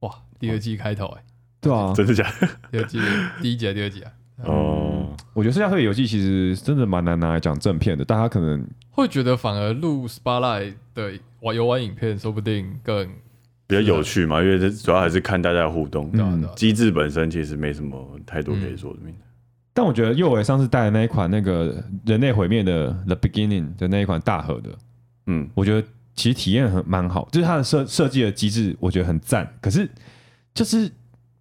[SPEAKER 1] 哇，第二季开头哎，
[SPEAKER 3] 对啊，
[SPEAKER 2] 真的假的？
[SPEAKER 1] 第二季 <laughs> 第一集还是第二集啊，
[SPEAKER 2] 哦，
[SPEAKER 3] 我觉得社交推理游戏其实真的蛮难拿来讲正片的，大家可能
[SPEAKER 1] 会觉得反而录 Spotlight 的玩游玩影片，说不定更
[SPEAKER 2] 比较有趣嘛，因为这主要还是啊看大家的互动，
[SPEAKER 1] 对啊
[SPEAKER 3] 嗯
[SPEAKER 1] 对啊
[SPEAKER 2] 机制本身其实没什么太多可以说的。
[SPEAKER 3] 但我觉得右伟上次带的那一款那个人类毁灭的《The Beginning》的那一款大盒的，
[SPEAKER 2] 嗯，
[SPEAKER 3] 我觉得其实体验很蛮好，就是它的设设计的机制，我觉得很赞。可是就是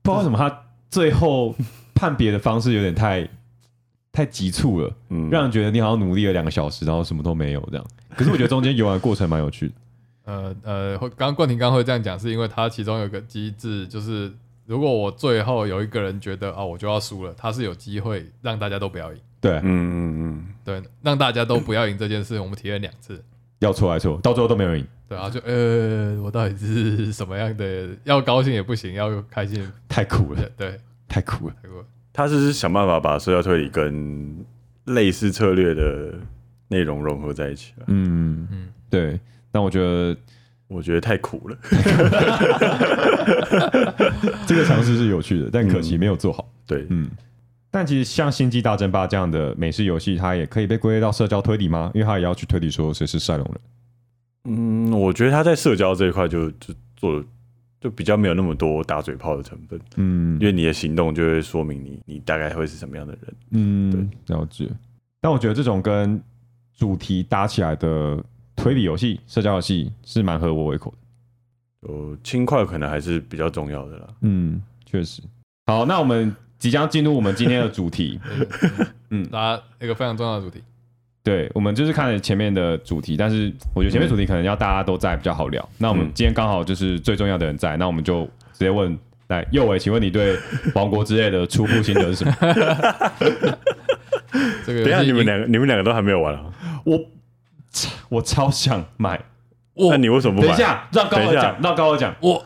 [SPEAKER 3] 不知道为什么，它最后判别的方式有点太太急促了，
[SPEAKER 2] 嗯，
[SPEAKER 3] 让人觉得你好像努力了两个小时，然后什么都没有这样。可是我觉得中间游玩的过程蛮有趣的。
[SPEAKER 1] 呃呃，会刚刚冠廷刚会这样讲，是因为他其中有个机制，就是如果我最后有一个人觉得啊、我就要输了，他是有机会让大家都不要赢，
[SPEAKER 3] 对
[SPEAKER 2] 嗯，嗯嗯
[SPEAKER 1] 对，让大家都不要赢这件事，我们体验两次，
[SPEAKER 3] 要错来错，到最后都没有人赢，
[SPEAKER 1] 对啊，就呃，我到底是什么样的？要高兴也不行，要开心也不
[SPEAKER 3] 太苦了
[SPEAKER 1] 行，，对，
[SPEAKER 3] <laughs> 太苦了。
[SPEAKER 1] 太过
[SPEAKER 2] 他是想办法把社交推理跟类似策略的内容融合在一起了，啊
[SPEAKER 3] 嗯
[SPEAKER 1] 嗯
[SPEAKER 3] 嗯，对。但我觉得
[SPEAKER 2] 我觉得太苦了。
[SPEAKER 3] 这个尝试是有趣的，但可惜没有做好。
[SPEAKER 2] 对，
[SPEAKER 3] 嗯，但其实像《星际大争霸》这样的美式游戏，它也可以被归类到社交推理吗？因为它也要去推理说谁是赛龙人。
[SPEAKER 2] 嗯，我觉得他在社交这一块就就做得就比较没有那么多打嘴炮的成分，
[SPEAKER 3] 嗯
[SPEAKER 2] 因为你的行动就会说明你你大概会是什么样的人。
[SPEAKER 3] 嗯，了解。但我觉得这种跟主题搭起来的推理游戏、社交游戏是蛮合我胃口的。
[SPEAKER 2] 就轻快可能还是比较重要的啦。
[SPEAKER 3] 嗯，确实。好，那我们即将进入我们今天的主 <laughs> 题。
[SPEAKER 1] 嗯，大家一个非常重要的主题，
[SPEAKER 3] 对，我们就是看了前面的主题，但是我觉得前面主题可能要大家都在比较好聊。那我们今天刚好就是最重要的人在，那我们就直接问，来，右伟，请问你对《王国之泪》的初步心得是什么？
[SPEAKER 1] 这个
[SPEAKER 2] 等一下
[SPEAKER 1] 游戏
[SPEAKER 2] 你们
[SPEAKER 1] 赢
[SPEAKER 2] 两个你们两个都还没有玩啊？
[SPEAKER 3] <laughs> 我我超想买。
[SPEAKER 2] 那你为什么不
[SPEAKER 3] 等
[SPEAKER 2] 买？
[SPEAKER 3] 一下，让高
[SPEAKER 2] 等
[SPEAKER 3] 尔
[SPEAKER 2] 一下
[SPEAKER 3] 讲，让高尔讲。
[SPEAKER 1] 我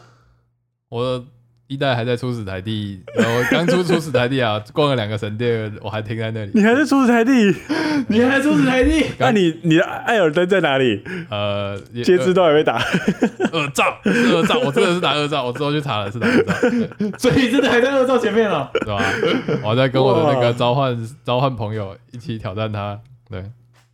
[SPEAKER 1] 我一代还在初始台地，然后刚出初始台地啊，逛了两个神殿，我还停在那里。
[SPEAKER 2] 你还在出台地？
[SPEAKER 3] 你还出史台地？
[SPEAKER 2] 那你你的艾尔登在哪里？
[SPEAKER 1] 呃，也
[SPEAKER 2] 接知道也被打，
[SPEAKER 1] 呃恶兆，是恶兆，我真的是打恶兆，我之后去查了是打恶兆，对
[SPEAKER 3] 所以你真的还在二兆前面啊了、
[SPEAKER 1] 是吧？我还在跟我的那个召唤召唤朋友一起挑战他，对，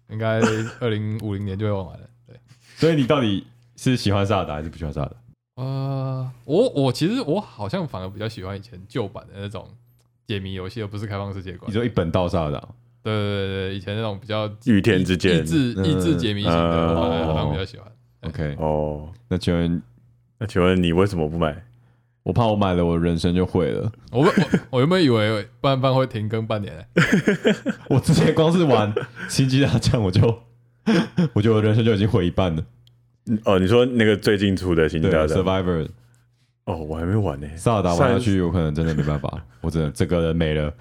[SPEAKER 1] 应该二零五零年就会玩完了，对。
[SPEAKER 3] <laughs> 所以你到底是喜欢萨达还是不喜欢萨达？
[SPEAKER 1] 呃，我我其实我好像反而比较喜欢以前旧版的那种解谜游戏，而不是开放世界观。
[SPEAKER 3] 你
[SPEAKER 1] 对
[SPEAKER 3] 说一本道萨达，
[SPEAKER 1] 对对对，以前那种比较
[SPEAKER 2] 御天之
[SPEAKER 1] 益
[SPEAKER 2] 剑。
[SPEAKER 1] 智
[SPEAKER 3] 嗯
[SPEAKER 1] 益智解谜型的，我反而
[SPEAKER 3] 哦
[SPEAKER 1] 好像比较喜欢。
[SPEAKER 3] OK，
[SPEAKER 2] 哦，
[SPEAKER 3] 那请问，
[SPEAKER 2] 那请问你为什么不买？
[SPEAKER 3] 我怕我买了，我人生就毁了。
[SPEAKER 1] 我我我原本以为半半会停更半年、欸，
[SPEAKER 3] 我之前光是玩星际大战，我就 <laughs> 我觉得我人生就已经毁一半了。
[SPEAKER 2] 哦，你说那个最近出的《星际
[SPEAKER 3] 对啊
[SPEAKER 2] 大战》
[SPEAKER 3] ，Survivor
[SPEAKER 2] 哦，我还没玩呢、
[SPEAKER 3] 萨尔达玩下
[SPEAKER 2] 上
[SPEAKER 3] 去，我可能真的没办法，我真的这个人没了。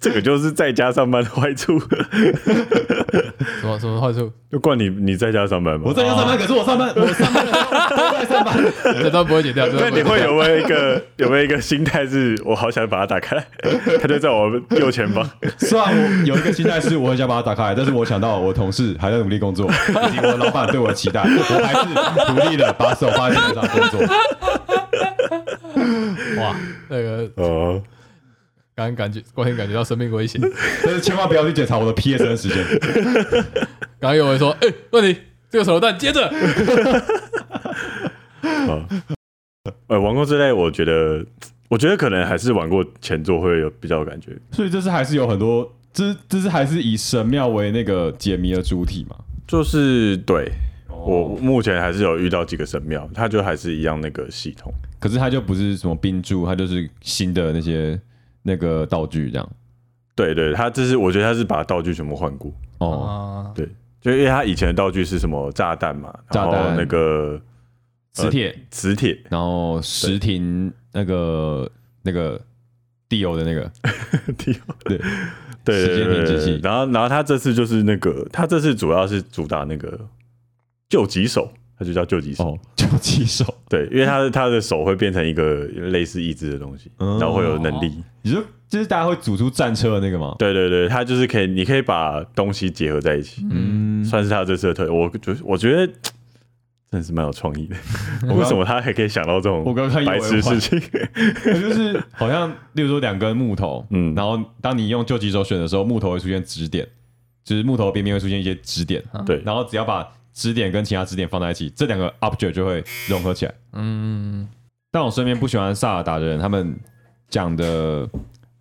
[SPEAKER 2] 这个就是在家上班的坏处。 <laughs>
[SPEAKER 1] 什么什么坏处？
[SPEAKER 2] 就怪你你在家上班吗？
[SPEAKER 3] 我在家上班，可是我上班，我上班的时候都在上班。
[SPEAKER 1] 这段不会
[SPEAKER 3] <laughs>
[SPEAKER 1] 剪掉，这
[SPEAKER 2] <laughs> 那
[SPEAKER 1] 段不
[SPEAKER 2] 你
[SPEAKER 1] 剪
[SPEAKER 2] 会
[SPEAKER 1] 掉
[SPEAKER 2] 有没有一个有没有一个心态是，我好想把它打开，它就在我右前方。
[SPEAKER 3] 虽然我有一个心态是我很想把它打开来，但是我想到我同事还在努力工作，以及我的老板对我的期待，我还是努力的把手放在键盘上工作。
[SPEAKER 1] 哇，那个
[SPEAKER 2] 哦，
[SPEAKER 1] 刚感觉光天感觉到生命危险。
[SPEAKER 3] 但是千万不要去检查我的 PSN 时间。
[SPEAKER 1] 刚刚有人说，哎、问你这个手榴弹，接着
[SPEAKER 2] <laughs> 嗯呃，《王国之泪》，我觉得，我觉得可能还是玩过前作会有比较有感觉。
[SPEAKER 3] 所以这是还是有很多，这这是还是以神庙为那个解谜的主体嘛？
[SPEAKER 2] 就是对我
[SPEAKER 3] 哦，
[SPEAKER 2] 目前还是有遇到几个神庙，它就还是一样那个系统。
[SPEAKER 3] 可是它就不是什么冰柱，它就是新的那些那个道具这样。
[SPEAKER 2] 对对，它这是我觉得它是把道具全部换过，
[SPEAKER 1] 啊，
[SPEAKER 3] 哦，
[SPEAKER 2] 就因为它以前的道具是什么炸弹嘛，然后
[SPEAKER 3] 炸弹
[SPEAKER 2] 那个
[SPEAKER 3] 磁铁，
[SPEAKER 2] 磁铁，
[SPEAKER 3] 然后石亭那个那个地欧
[SPEAKER 2] <laughs>
[SPEAKER 3] 的那个，
[SPEAKER 2] 地
[SPEAKER 3] 对
[SPEAKER 2] 对
[SPEAKER 3] 时
[SPEAKER 2] 对
[SPEAKER 3] 间
[SPEAKER 2] 对
[SPEAKER 3] 停止
[SPEAKER 2] 对
[SPEAKER 3] 器
[SPEAKER 2] 对，然后然后他这次就是那个，他这次主要是主打那个救急手，他就叫救急手，
[SPEAKER 3] 哦，就棘手。
[SPEAKER 2] 对，因为他的他的手会变成一个类似意志的东西，
[SPEAKER 3] 嗯
[SPEAKER 2] 然后会有能力，
[SPEAKER 3] 你说就是大家会组出战车的那个吗？
[SPEAKER 2] 对对对，他就是可以，你可以把东西结合在一起，
[SPEAKER 3] 嗯，
[SPEAKER 2] 算是他这次的特点。我觉我觉得。真的是蛮有创意的，
[SPEAKER 3] 刚
[SPEAKER 2] <laughs> 为什么他还可以想到这种
[SPEAKER 3] 我刚看
[SPEAKER 2] 白痴事 <laughs> 情？
[SPEAKER 3] 就是好像，例如说两根木头，
[SPEAKER 2] 嗯
[SPEAKER 3] 然后当你用救急手选的时候，木头会出现指点，就是木头边边会出现一些指点，
[SPEAKER 2] 对
[SPEAKER 3] 然后只要把指点跟其他指点放在一起，这两个 object 就会融合起来。
[SPEAKER 1] 嗯，
[SPEAKER 3] 但我身边不喜欢萨尔达的人，他们讲的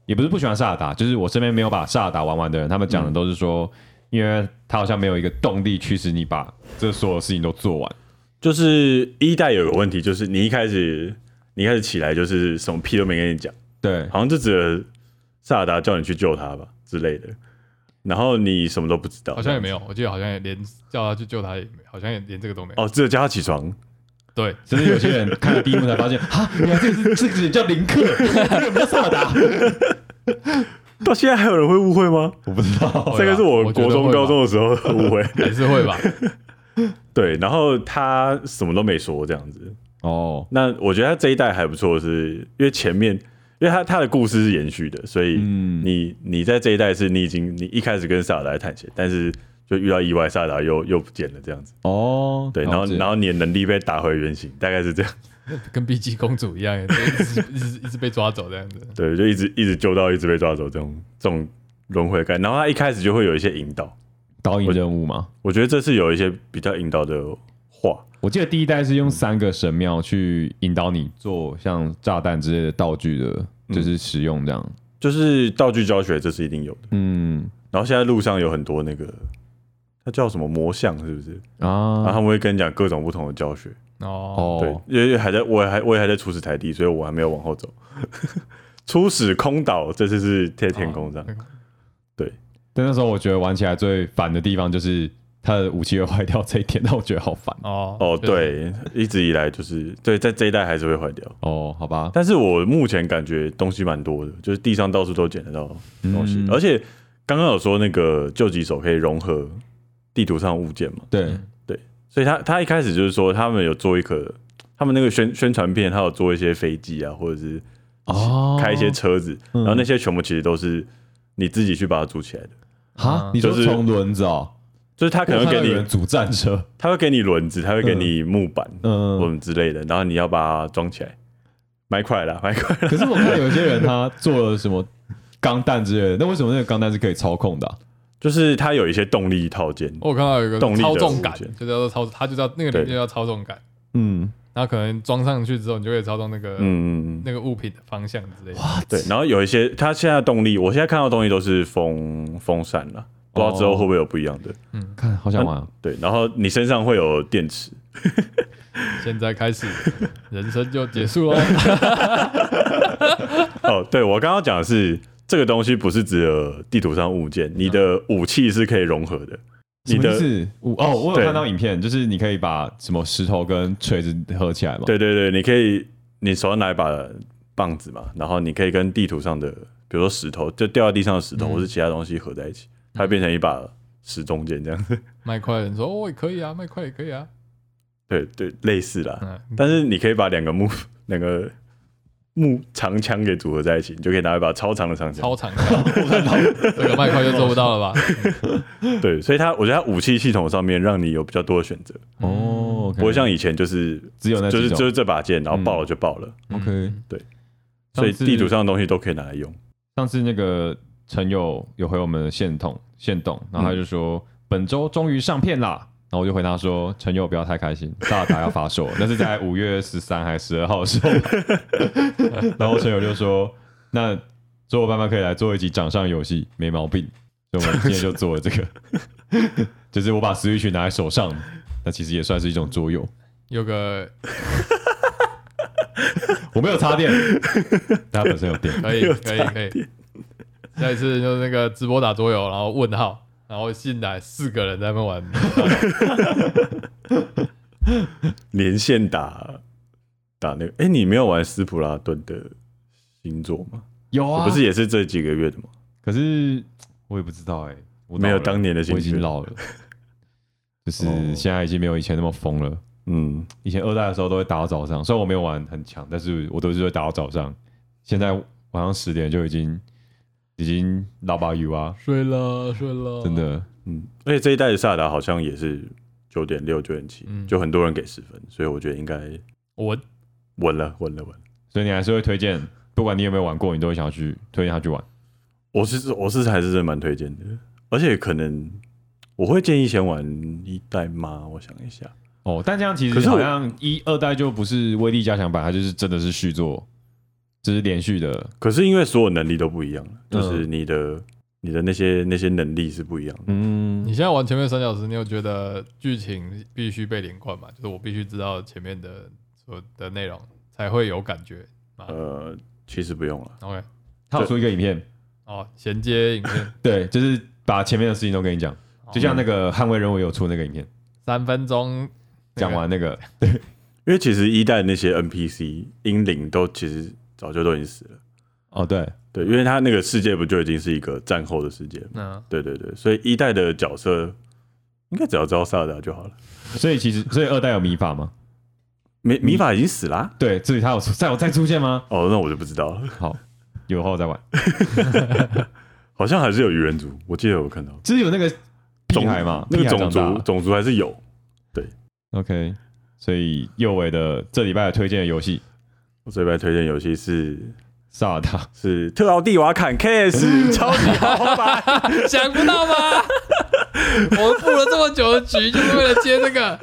[SPEAKER 3] 也不是不喜欢萨尔达，就是我身边没有把萨尔达玩完的人，他们讲的都是说，因为他好像没有一个动力驱使你把这所有事情都做完。
[SPEAKER 2] 就是一代有个问题，就是你一开始你一开始起来就是什么屁都没跟你讲。
[SPEAKER 3] 对，
[SPEAKER 2] 好像就只有萨尔达叫你去救他吧之类的，然后你什么都不知道，
[SPEAKER 1] 好像也没有，我记得好像也连叫他去救他也没，好像也连这个都没有。
[SPEAKER 2] 哦，只有叫他起床，
[SPEAKER 1] 对，
[SPEAKER 3] 甚至有些人看了第一幕才发现，哈，原来这个是这个人叫林克，这个人不叫萨尔达，
[SPEAKER 2] 到现在还有人会误会吗？
[SPEAKER 3] 我不知道。
[SPEAKER 2] 这个是
[SPEAKER 1] 觉
[SPEAKER 2] 我
[SPEAKER 1] 得
[SPEAKER 2] 国中、
[SPEAKER 1] 会吧
[SPEAKER 2] 高中的时候的误会，
[SPEAKER 1] 还是会
[SPEAKER 2] <laughs>
[SPEAKER 1] 吧。
[SPEAKER 2] 对，然后他什么都没说这样子。
[SPEAKER 3] 哦，
[SPEAKER 2] 那我觉得他这一代还不错是，因为前面，因为他他的故事是延续的，所以
[SPEAKER 3] 嗯
[SPEAKER 2] 你、你在这一代是你已经你一开始跟萨尔达探险，但是就遇到意外，萨尔达又又不见了这样子，
[SPEAKER 3] 哦，
[SPEAKER 2] 对，然后
[SPEAKER 3] 了解
[SPEAKER 2] 然后你的能力被打回原形，大概是这样。
[SPEAKER 1] 跟 B G 公主一样，一直一直 <laughs> 一直被抓走这样子。
[SPEAKER 2] 对，就一直一直救到一直被抓走这种这种轮回感。然后他一开始就会有一些引导，
[SPEAKER 3] 导引任务嘛。
[SPEAKER 2] 我觉得这次有一些比较引导的话，
[SPEAKER 3] 我记得第一代是用三个神庙去引导你做像炸弹之类的道具的，就是使用这样。
[SPEAKER 2] 就是道具教学，这是一定有的。
[SPEAKER 3] 嗯
[SPEAKER 2] 然后现在路上有很多那个，它叫什么魔像是不是？然后
[SPEAKER 3] 啊
[SPEAKER 2] 他们会跟你讲各种不同的教学。
[SPEAKER 1] 哦，
[SPEAKER 2] 对
[SPEAKER 3] 哦，，
[SPEAKER 2] 因为还在我还我也还在初始台地，所以我还没有往后走。 <laughs> 初始空岛这次是贴天空这样，
[SPEAKER 1] 那个
[SPEAKER 3] 但那时候我觉得玩起来最烦的地方就是它的武器会坏掉这一点，让我觉得好
[SPEAKER 2] <laughs>
[SPEAKER 3] 烦
[SPEAKER 1] 哦
[SPEAKER 2] 哦，
[SPEAKER 1] 确实，
[SPEAKER 2] 对，一直以来就是对，在这一代还是会坏掉。
[SPEAKER 3] 哦。好吧，
[SPEAKER 2] 但是我目前感觉东西蛮多的，就是地上到处都捡得到东
[SPEAKER 3] 嗯
[SPEAKER 2] 西，而且刚刚有说那个救急手可以融合地图上的物件嘛，
[SPEAKER 3] 对
[SPEAKER 2] 所以他他一开始就是说他们有做一个，他他们那个宣宣传片，他有做一些飞机啊，或者是
[SPEAKER 3] 哦
[SPEAKER 2] 开一些车子，
[SPEAKER 3] 嗯
[SPEAKER 2] 然后那些全部其实都是你自己去把它组起来的，
[SPEAKER 1] 嗯，
[SPEAKER 3] 哈你说
[SPEAKER 2] 就是
[SPEAKER 3] 从轮子哦，
[SPEAKER 2] 就是他可能会给
[SPEAKER 3] 我看到有人
[SPEAKER 2] 你，
[SPEAKER 3] 主战车，
[SPEAKER 2] 他会给你轮子，他会给你木板，
[SPEAKER 3] 嗯，
[SPEAKER 2] 或者之类的，然后你要把它装起来，买快了，买快了，<laughs>
[SPEAKER 3] <laughs> 可是我看有些人他做了什么钢弹之类的，那为什么那个钢弹是可以操控的啊、
[SPEAKER 2] 就是它有一些动力套件，
[SPEAKER 3] 哦
[SPEAKER 1] 我有看到有一个
[SPEAKER 2] 动力的
[SPEAKER 1] 操纵杆
[SPEAKER 2] 部件，
[SPEAKER 1] 就叫做操，它就叫那个
[SPEAKER 2] 对
[SPEAKER 1] 零件叫操纵杆，
[SPEAKER 3] 嗯，
[SPEAKER 1] 然后可能装上去之后，你就可以操纵那个
[SPEAKER 2] 嗯嗯嗯，
[SPEAKER 1] 那个物品的方向之类的。
[SPEAKER 2] 对，然后有一些它现在的动力，我现在看到的动力都是风风扇了，不知道
[SPEAKER 3] 哦
[SPEAKER 2] 之后会不会有不一样的，
[SPEAKER 3] 看好想玩啊、
[SPEAKER 2] 对，然后你身上会有电池，
[SPEAKER 1] 现在开
[SPEAKER 2] <laughs>
[SPEAKER 1] 始，人生就结束喽。
[SPEAKER 2] 哦，对我刚刚讲的是这个东西不是只有地图上物件，你的武器是可以融合的。
[SPEAKER 3] 什
[SPEAKER 2] 你
[SPEAKER 3] 么
[SPEAKER 2] 的
[SPEAKER 3] 意思？我哦，我有
[SPEAKER 2] 对
[SPEAKER 3] 看到影片，就是你可以把什么石头跟锤子合起来嘛。，
[SPEAKER 2] 对对对，你可以你手上拿一把棒子嘛，然后你可以跟地图上的，比如说石头，就掉在地上的石头、
[SPEAKER 1] 嗯
[SPEAKER 2] 或是其他东西合在一起，它变成一把石中剑这样子。 <laughs>
[SPEAKER 1] 卖快的人说：“哦，也可以啊，卖快也可以啊。
[SPEAKER 2] 对对，类似啦。”
[SPEAKER 1] 嗯，
[SPEAKER 2] 但是你可以把两个木两个木长枪给组合在一起，你就可以拿一把超长的长枪
[SPEAKER 1] 超。长 <laughs> 杆，这个卖快就做不到了吧？
[SPEAKER 2] 对，所以它我觉得它武器系统上面让你有比较多的选择，
[SPEAKER 3] 哦，OK，
[SPEAKER 2] 不会像以前就是
[SPEAKER 3] 只有那
[SPEAKER 2] 就是
[SPEAKER 3] 几
[SPEAKER 2] 就是
[SPEAKER 3] 种。
[SPEAKER 2] 这把剑，然后爆了就爆了。
[SPEAKER 1] 嗯
[SPEAKER 3] OK，
[SPEAKER 2] 所以
[SPEAKER 3] 上次
[SPEAKER 2] 地图上的东西都可以拿来用。
[SPEAKER 3] 上次那个陈友有回我们的线动线动，然后他就说、本周终于上片啦。然后我就回他说：“陈友不要太开心，大达要发售了，那是在五月十三还是十二号的时候。” <laughs> 然后陈友就说：“那周我爸妈可以来做一集掌上游戏，没毛病。”所以我们今天就做了这个， <laughs> 就是我把 Switch 拿在手上，那其实也算是一种桌游。
[SPEAKER 1] 有个
[SPEAKER 3] 我没有插电，但它本 <laughs> 身有电。
[SPEAKER 1] 可以，可以，可以。下一次就是那个直播打桌游，然后问号，然后进来四个人在那边玩，
[SPEAKER 2] 连线打打那个，哎、你没有玩斯普拉顿的星座吗？
[SPEAKER 3] 有啊，
[SPEAKER 2] 不是也是这几个月的吗？
[SPEAKER 3] 可是我也不知道哎、我
[SPEAKER 2] 没有
[SPEAKER 3] 当
[SPEAKER 2] 当年的
[SPEAKER 3] 我
[SPEAKER 2] 兴
[SPEAKER 3] 已
[SPEAKER 2] 趣
[SPEAKER 3] 经。老了， <laughs> 就是
[SPEAKER 2] 哦
[SPEAKER 3] 现在已经没有以前那么疯了。
[SPEAKER 2] 嗯，
[SPEAKER 3] 以前二代的时候都会打到早上，虽然我没有玩很强，但是我都是会打到早上。现在晚上十点就已经已经老把鱼啊，
[SPEAKER 1] 睡了，睡了，
[SPEAKER 3] 真。的。
[SPEAKER 2] 嗯，而且这一代的萨达好像也是九点六、九点七
[SPEAKER 1] 嗯，
[SPEAKER 2] 就很多人给十分，所以我觉得应该
[SPEAKER 1] 我
[SPEAKER 2] 稳了，稳了，稳了。
[SPEAKER 3] 所以你还是会推荐，不管你有没有玩过，你都会想要去推荐他去玩。
[SPEAKER 2] 我是我是还是真的蛮推荐的，而且可能我会建议先玩一代吗？我想一下，
[SPEAKER 3] 哦，但这样其
[SPEAKER 2] 可
[SPEAKER 3] 实
[SPEAKER 2] 是我
[SPEAKER 3] 好像一二代就不是威力加强版，它就是真的是续作，就是连续的。
[SPEAKER 2] 可是因为所有能力都不一样了，就是你的、你的那些那些能力是不一样的。
[SPEAKER 3] 嗯
[SPEAKER 1] 你，现在玩前面三小时，你有觉得剧情必须被连贯吗？就是我必须知道前面的所的内容才会有感觉吗、
[SPEAKER 2] 呃，其实不用了。
[SPEAKER 1] o k
[SPEAKER 3] 他有出一个影片，
[SPEAKER 1] 哦，衔接影片
[SPEAKER 3] 对，就是把前面的事情都跟你讲， <laughs>
[SPEAKER 2] 哦
[SPEAKER 3] 就像那个《捍卫任务》有出那个影片，
[SPEAKER 1] 哦三分钟那个
[SPEAKER 3] 讲完那 <laughs> 个，
[SPEAKER 2] 因为其实一代那些 NPC 英灵都其实早就都已经死了，
[SPEAKER 3] 哦，对，
[SPEAKER 2] 对，因为他那个世界不就已经是一个战后的世界嘛，
[SPEAKER 1] 嗯，
[SPEAKER 2] 对对对，所以一代的角色应该只要知道萨达就好了。
[SPEAKER 3] 所以其实所以二代有米法吗？
[SPEAKER 2] 米米法已经死啦、
[SPEAKER 3] 对，至于他有出再有再出现吗？
[SPEAKER 2] 哦，那我就不知道了， <laughs>
[SPEAKER 3] 好，有后再玩。
[SPEAKER 2] 好像还是有鱼人族，我记得我看到
[SPEAKER 3] 就是有那个屁
[SPEAKER 2] 种
[SPEAKER 3] 孩 <laughs> 嘛，
[SPEAKER 2] 那个
[SPEAKER 3] 屁孩
[SPEAKER 2] 种
[SPEAKER 3] 长
[SPEAKER 2] 族
[SPEAKER 3] 大
[SPEAKER 2] 种族还是有，
[SPEAKER 3] OK，所以右尾的这礼拜推荐的游戏
[SPEAKER 2] 我这边推荐游戏是
[SPEAKER 3] 《萨尔达》，
[SPEAKER 2] 是特奥蒂瓦坎 KS
[SPEAKER 3] 嗯
[SPEAKER 2] 超级豪
[SPEAKER 3] <laughs>
[SPEAKER 2] 华版，
[SPEAKER 1] 想不到 <laughs> 吧？我们布了这么久的局，就是为了接这个。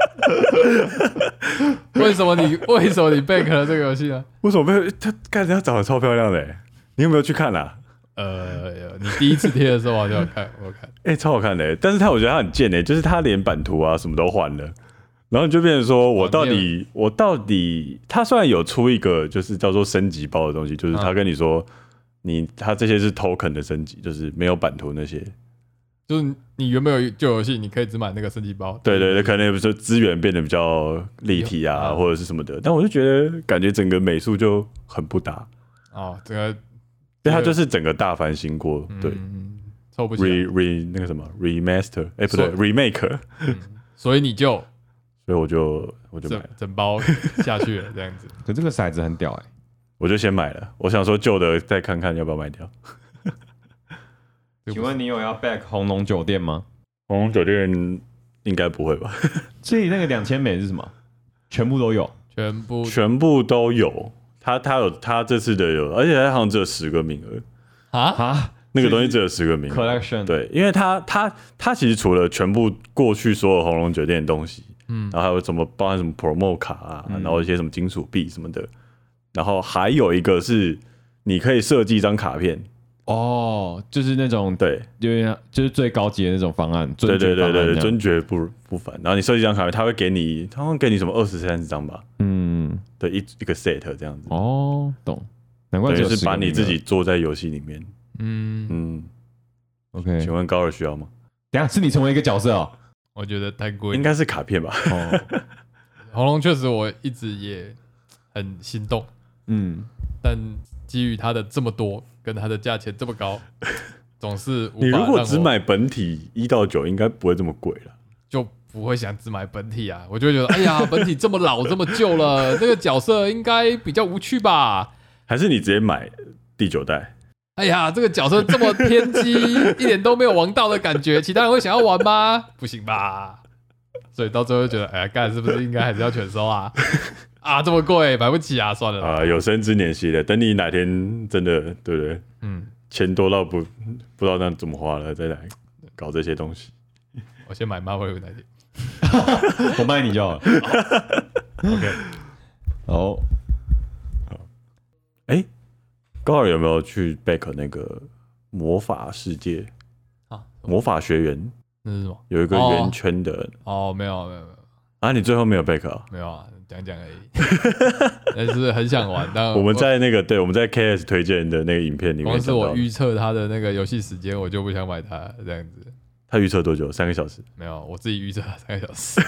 [SPEAKER 1] 为什么你为什么你 back 了这个游戏呢？
[SPEAKER 2] 为什么被他看人家长得超漂亮的、欸？你有没有去看啊？
[SPEAKER 1] 呃，你第一次贴的时候我就有看，我有看，
[SPEAKER 2] 哎、超好看的、欸，但是他我觉得他很贱哎、就是他连版图啊什么都换了，然后你就变成说我到
[SPEAKER 1] 哦你
[SPEAKER 2] 底我到底，他虽然有出一个就是叫做升级包的东西，就是他
[SPEAKER 1] 嗯
[SPEAKER 2] 跟你说、你他这些是 token 的升级，就是没有版图那些，
[SPEAKER 1] 就是你原本有旧游戏，你可以只买那个升级包。
[SPEAKER 2] 对对对，可能比如说资源变得比较立体啊
[SPEAKER 1] 嗯
[SPEAKER 2] 或者是什么的，但我就觉得感觉整个美术就很不搭，
[SPEAKER 1] 哦，这个
[SPEAKER 2] 对，他
[SPEAKER 1] 这个
[SPEAKER 2] 就是整个大翻新过，对。
[SPEAKER 1] 嗯，凑不起来
[SPEAKER 2] re re 那个什么 remaster，哎、不对
[SPEAKER 1] 所
[SPEAKER 2] ，remake，
[SPEAKER 1] 所以你就
[SPEAKER 2] 所以我就我就买
[SPEAKER 1] 整
[SPEAKER 2] 了，
[SPEAKER 1] 整包下去了这样 <laughs> 子。
[SPEAKER 3] <laughs> 可这个骰子很屌哎、
[SPEAKER 2] 我就先买了。我想说旧的再看看要不要卖掉。
[SPEAKER 1] 就不
[SPEAKER 3] 请问你有要 back 红龙酒店吗？
[SPEAKER 2] 红龙酒店应该不会吧？
[SPEAKER 3] 所以那个两千美是什么？全部都有，
[SPEAKER 1] 全部
[SPEAKER 2] 全部都有，他他有他这次的有，而且他好像只有十个名额，
[SPEAKER 1] 啊，
[SPEAKER 3] 啊
[SPEAKER 2] 那个东西只有十个名额。
[SPEAKER 3] collection
[SPEAKER 2] 对，因为他他他其实除了全部过去所有红龙酒店的东西，嗯
[SPEAKER 1] 嗯，
[SPEAKER 2] 然后还有什么包含什么 promo 卡啊，
[SPEAKER 3] 嗯
[SPEAKER 2] 然后一些什么金属币什么的，然后还有一个是你可以设计一张卡片，
[SPEAKER 3] 哦，就是那种
[SPEAKER 2] 对
[SPEAKER 3] 有点像就是最高级的那种方案，
[SPEAKER 2] 对对对对，
[SPEAKER 3] 尊爵方案这样
[SPEAKER 2] 尊爵不不凡，然后你设计一张卡片，他会给你他会给你什么二十三十张吧，
[SPEAKER 3] 嗯
[SPEAKER 2] 对一一个 set 这样子，
[SPEAKER 3] 哦懂，难怪
[SPEAKER 2] 等
[SPEAKER 3] 只
[SPEAKER 2] 于
[SPEAKER 3] 有
[SPEAKER 2] 是把
[SPEAKER 3] 10个
[SPEAKER 2] 你自己
[SPEAKER 3] 名
[SPEAKER 2] 做在游戏里面。
[SPEAKER 1] 嗯，
[SPEAKER 2] 嗯，
[SPEAKER 3] 额 OK，
[SPEAKER 2] 请问高二需要吗？
[SPEAKER 3] 等一下是你成为一个角色哦，
[SPEAKER 1] 我觉得太贵
[SPEAKER 2] 应。该是卡片吧。
[SPEAKER 3] 哦
[SPEAKER 1] 红龙确实我一直也很心动，
[SPEAKER 3] <laughs> 嗯，
[SPEAKER 1] 但基于它的这么多，跟它的价钱这么
[SPEAKER 2] <laughs>
[SPEAKER 1] 高，总是无法
[SPEAKER 2] <laughs> 你如果
[SPEAKER 1] 让
[SPEAKER 2] 只
[SPEAKER 1] 我
[SPEAKER 2] 买本体一到九，应该不会这么贵了。
[SPEAKER 1] 就不会想只买本体啊，我就会觉得，哎呀， <laughs> 本体这么老这么旧了， <laughs> 那个角色应该比较无趣吧？
[SPEAKER 2] 还是你直接买第九代？
[SPEAKER 1] 哎呀，这个角色这么偏激，一点都没有王道的感觉，其他人会想要玩吗？ <laughs> 不行吧？所以到最后就觉得，哎呀，干是不是应该还是要全收
[SPEAKER 2] <laughs>
[SPEAKER 1] 啊？啊，这么贵，买不起啊，算了啦。
[SPEAKER 2] 啊、有生之年系列，等你哪天真的对不对？
[SPEAKER 1] 嗯，
[SPEAKER 2] 钱多到不不知道那怎么花了，再来搞这些东西。
[SPEAKER 1] 我先买 Marvel United。
[SPEAKER 3] 我卖你就好了。
[SPEAKER 2] <laughs>
[SPEAKER 1] OK，
[SPEAKER 3] 哦，
[SPEAKER 2] 高二有没有去 back 那个魔法世界
[SPEAKER 1] 啊，
[SPEAKER 2] 魔法学园
[SPEAKER 1] 那是什么？
[SPEAKER 2] 有一个
[SPEAKER 1] 哦
[SPEAKER 2] 圆圈的、
[SPEAKER 1] 哦，没有没有没有
[SPEAKER 2] 啊？你最后没有 back 啊？
[SPEAKER 1] 没有啊，讲讲而已。 <laughs> 但是很想玩，但
[SPEAKER 2] <laughs> 我们在那个对我们在 KS 推荐的那个影片里面
[SPEAKER 1] 光哦是
[SPEAKER 2] 讲到
[SPEAKER 1] 我，预测它的那个游戏时间，我就不想买它这样子。
[SPEAKER 2] 他预测多久？三个小时。
[SPEAKER 1] 没有，我自己预测三个小时。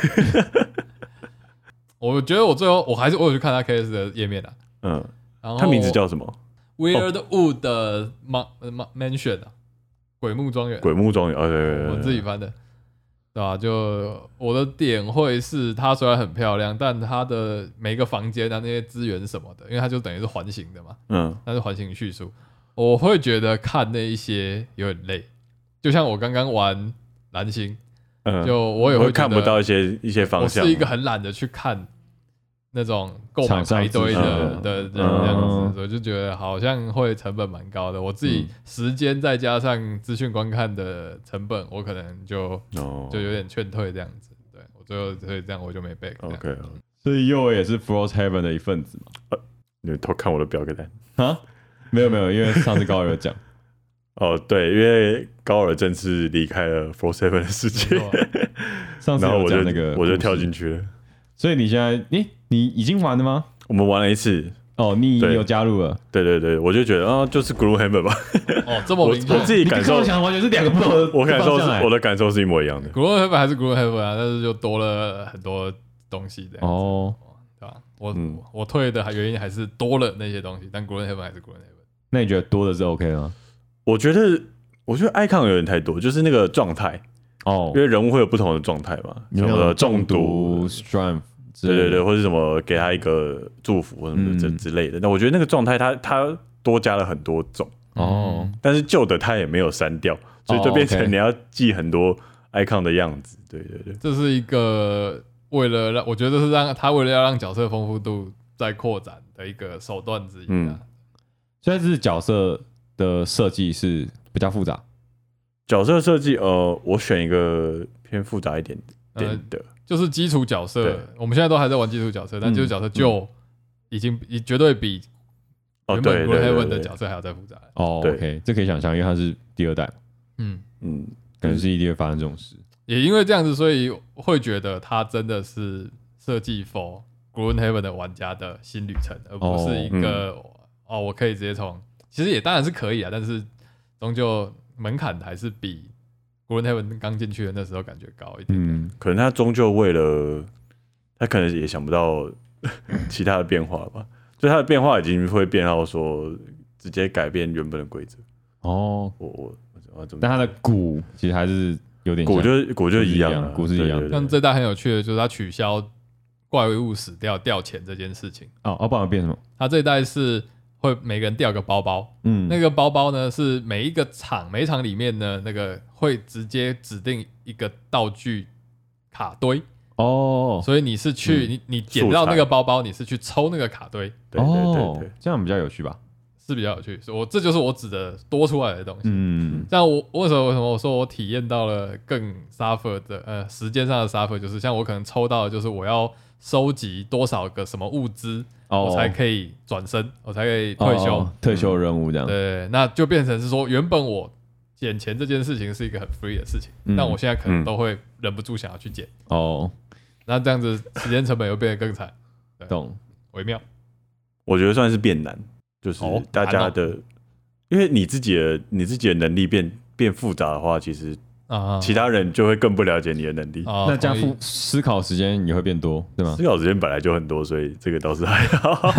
[SPEAKER 1] <laughs> 我觉得我最后我还是我有去看它 KS 的页面啊，
[SPEAKER 2] 嗯，
[SPEAKER 1] 然后
[SPEAKER 2] 他名字叫什么？
[SPEAKER 1] 哦 Weird Wood 的 Ma Ma Mansion 啊，鬼木庄园。
[SPEAKER 2] 鬼木庄园，哦，对对对对
[SPEAKER 1] 我
[SPEAKER 2] 对
[SPEAKER 1] 自己翻的，对吧、就我的点会是，它虽然很漂亮，但它的每一个房间啊那些资源什么的，因为它就等于是环形的嘛，
[SPEAKER 2] 嗯，
[SPEAKER 1] 它是环形叙述，我会觉得看那一些有点累。就像我刚刚玩蓝星，
[SPEAKER 2] 嗯
[SPEAKER 1] 就我也
[SPEAKER 2] 我
[SPEAKER 1] 会
[SPEAKER 2] 看
[SPEAKER 1] 觉得
[SPEAKER 2] 不到一些一些
[SPEAKER 1] 我
[SPEAKER 2] 方向。
[SPEAKER 1] 是一个很懒得去看那种购买
[SPEAKER 3] 厂商
[SPEAKER 1] 排队的
[SPEAKER 2] 资讯
[SPEAKER 1] 的人
[SPEAKER 2] 嗯
[SPEAKER 1] 这样
[SPEAKER 3] 嗯
[SPEAKER 1] 子，我就觉得好像会成本蛮高的。我自己时间再加上资讯观看的成本，我可能就 <laughs>
[SPEAKER 2] 哦
[SPEAKER 1] 就有点劝退这样子。对我最后所以这样我就没 back 这样。
[SPEAKER 2] OK，哦
[SPEAKER 3] 所以右也是 Frost Heaven 的一份子嘛？
[SPEAKER 2] 你偷看我的表格单。
[SPEAKER 3] 啊，没有没有，因为上次高尔有讲，
[SPEAKER 2] 哦，对，因为高尔正式离开了 Four Seven 的世界
[SPEAKER 1] 没，
[SPEAKER 2] <laughs>
[SPEAKER 1] 错啊
[SPEAKER 3] 上
[SPEAKER 2] <laughs>
[SPEAKER 3] 次
[SPEAKER 2] 然后
[SPEAKER 3] 有
[SPEAKER 2] 我
[SPEAKER 3] 讲
[SPEAKER 2] 就
[SPEAKER 3] 那个，
[SPEAKER 2] 我就跳进。去了。
[SPEAKER 3] 所以你现在，诶，你已经玩了吗？
[SPEAKER 2] 我们玩了一次，
[SPEAKER 3] 哦，你
[SPEAKER 2] 对
[SPEAKER 3] 有加入了。
[SPEAKER 2] 对对对，我就觉得啊，就是 Gloomhaven 吧。
[SPEAKER 1] 哦，这
[SPEAKER 2] 我
[SPEAKER 1] 么明
[SPEAKER 2] 我自
[SPEAKER 1] 确。
[SPEAKER 2] 己感受
[SPEAKER 3] 你跟我，想的完全是两个不同的
[SPEAKER 2] <laughs> 我感受
[SPEAKER 3] 方
[SPEAKER 2] 是
[SPEAKER 3] 向欸
[SPEAKER 2] 我的感受是一模一样的。
[SPEAKER 1] g r o w Heaven 还是 g r o w Heaven 啊，但是就多了很多东西这样，
[SPEAKER 3] 哦，
[SPEAKER 1] 对吧？我
[SPEAKER 2] 嗯
[SPEAKER 1] 我退的原因还是多了那些东西，但 g r o w Heaven 还是 g r o w Heaven。
[SPEAKER 3] 那你觉得多的是 OK 的吗？
[SPEAKER 2] 我觉得，我觉得 icon 有点太多，就是那个状态，
[SPEAKER 3] 哦
[SPEAKER 2] 因，为人物会有不同的状态嘛，什
[SPEAKER 3] 有没
[SPEAKER 2] 么
[SPEAKER 3] 有
[SPEAKER 2] 中
[SPEAKER 3] 毒、strength，之
[SPEAKER 2] 对
[SPEAKER 3] 类
[SPEAKER 2] 对
[SPEAKER 3] 的
[SPEAKER 2] 对，，或是什么给他一个祝福什么的这
[SPEAKER 3] 嗯
[SPEAKER 2] 之类的。那我觉得那个状态他，他多加了很多种，
[SPEAKER 3] 哦，
[SPEAKER 2] 但是旧的他也没有删掉，所以就
[SPEAKER 3] 哦
[SPEAKER 2] 变成
[SPEAKER 3] OK
[SPEAKER 2] 你要记很多 icon 的样子。对对对，
[SPEAKER 1] 这是一个为了让我觉得这是让他为了要让角色丰富度再扩展的一个手段之一
[SPEAKER 2] 嗯
[SPEAKER 1] 啊。
[SPEAKER 3] 所以这是角色的设计是比较复杂。
[SPEAKER 2] 角色设计，呃，我选一个偏复杂一点
[SPEAKER 1] 呃
[SPEAKER 2] 点的，
[SPEAKER 1] 就是基础角
[SPEAKER 2] 对嗯
[SPEAKER 1] 色，我们现在都还在玩基础角色，但基础角色就已经比绝对比呃
[SPEAKER 2] 哦，
[SPEAKER 1] 原
[SPEAKER 2] 对
[SPEAKER 1] 本 g r
[SPEAKER 2] 对
[SPEAKER 1] o w
[SPEAKER 2] 对
[SPEAKER 1] Heaven 的
[SPEAKER 2] 对
[SPEAKER 1] 角色还要再复杂。
[SPEAKER 3] 哦
[SPEAKER 2] 对
[SPEAKER 3] ，OK，这可以想象，因为它是第二代嘛，
[SPEAKER 1] 嗯，
[SPEAKER 2] 嗯，
[SPEAKER 3] 可能是一定会发生这种事。
[SPEAKER 1] 也因为这样子，所以会觉得它真的是设计 for g r o w Heaven 的玩家的新旅程，而不是一个
[SPEAKER 2] 嗯
[SPEAKER 1] 哦我可以直接从，其实也当然是可以啊，但是终究门槛还是比 g r o w Heaven 刚进去的那时候感觉高一点。
[SPEAKER 3] 嗯，
[SPEAKER 2] 可能他终究为了他可能也想不到其他的变化吧，所以他的变化已经会变到说直接改变原本的规则。
[SPEAKER 3] 哦，
[SPEAKER 2] 我我我怎么
[SPEAKER 3] 但它的骨其实还是有点像
[SPEAKER 2] 果就果就一样啊，
[SPEAKER 3] 股市一样
[SPEAKER 2] 对对对
[SPEAKER 1] 像这代很有趣的就是它取消怪物死掉掉钱这件事情，
[SPEAKER 3] 哦，哦，不然变什么？
[SPEAKER 1] 它这一代是会每个人掉个包包，
[SPEAKER 3] 嗯，
[SPEAKER 1] 那个包包呢是每一个厂每一厂里面呢那个会直接指定一个道具卡堆，
[SPEAKER 3] 哦
[SPEAKER 1] 所以你是去、你你捡到那个包包，你是去抽那个卡堆
[SPEAKER 2] 对对对对
[SPEAKER 3] 哦，这样比较有趣吧？
[SPEAKER 1] 是比较有趣，所以我这就是我指的多出来的东西。
[SPEAKER 3] 嗯，
[SPEAKER 1] 像我为什么为什么我说我体验到了更 suffer 的呃时间上的 suffer，就是像我可能抽到的就是我要收集多少个什么物资，
[SPEAKER 3] 哦，
[SPEAKER 1] 我才可以转身，我才可以退休。嗯
[SPEAKER 3] 哦退休任务这样。
[SPEAKER 1] 对，那就变成是说，原本我捡钱这件事情是一个很 free 的事情，
[SPEAKER 3] 嗯
[SPEAKER 1] 但我现在可能
[SPEAKER 2] 嗯
[SPEAKER 1] 都会忍不住想要去捡，
[SPEAKER 3] 哦，
[SPEAKER 1] 那这样子时间成本又变得更惨，
[SPEAKER 3] 懂。
[SPEAKER 1] 微妙。
[SPEAKER 2] 我觉得算是变难，就是
[SPEAKER 1] 哦
[SPEAKER 2] 大家
[SPEAKER 1] 难哦
[SPEAKER 2] 的，因为你自己的你自己的能力变变复杂的话，其实
[SPEAKER 1] 啊，
[SPEAKER 2] 其他人就会更不了解你的能力。
[SPEAKER 1] 啊，
[SPEAKER 3] 那加
[SPEAKER 1] 同意
[SPEAKER 3] 复思考时间也会变多，对吗
[SPEAKER 2] 思？考时间本来就很多，所以这个倒是还好。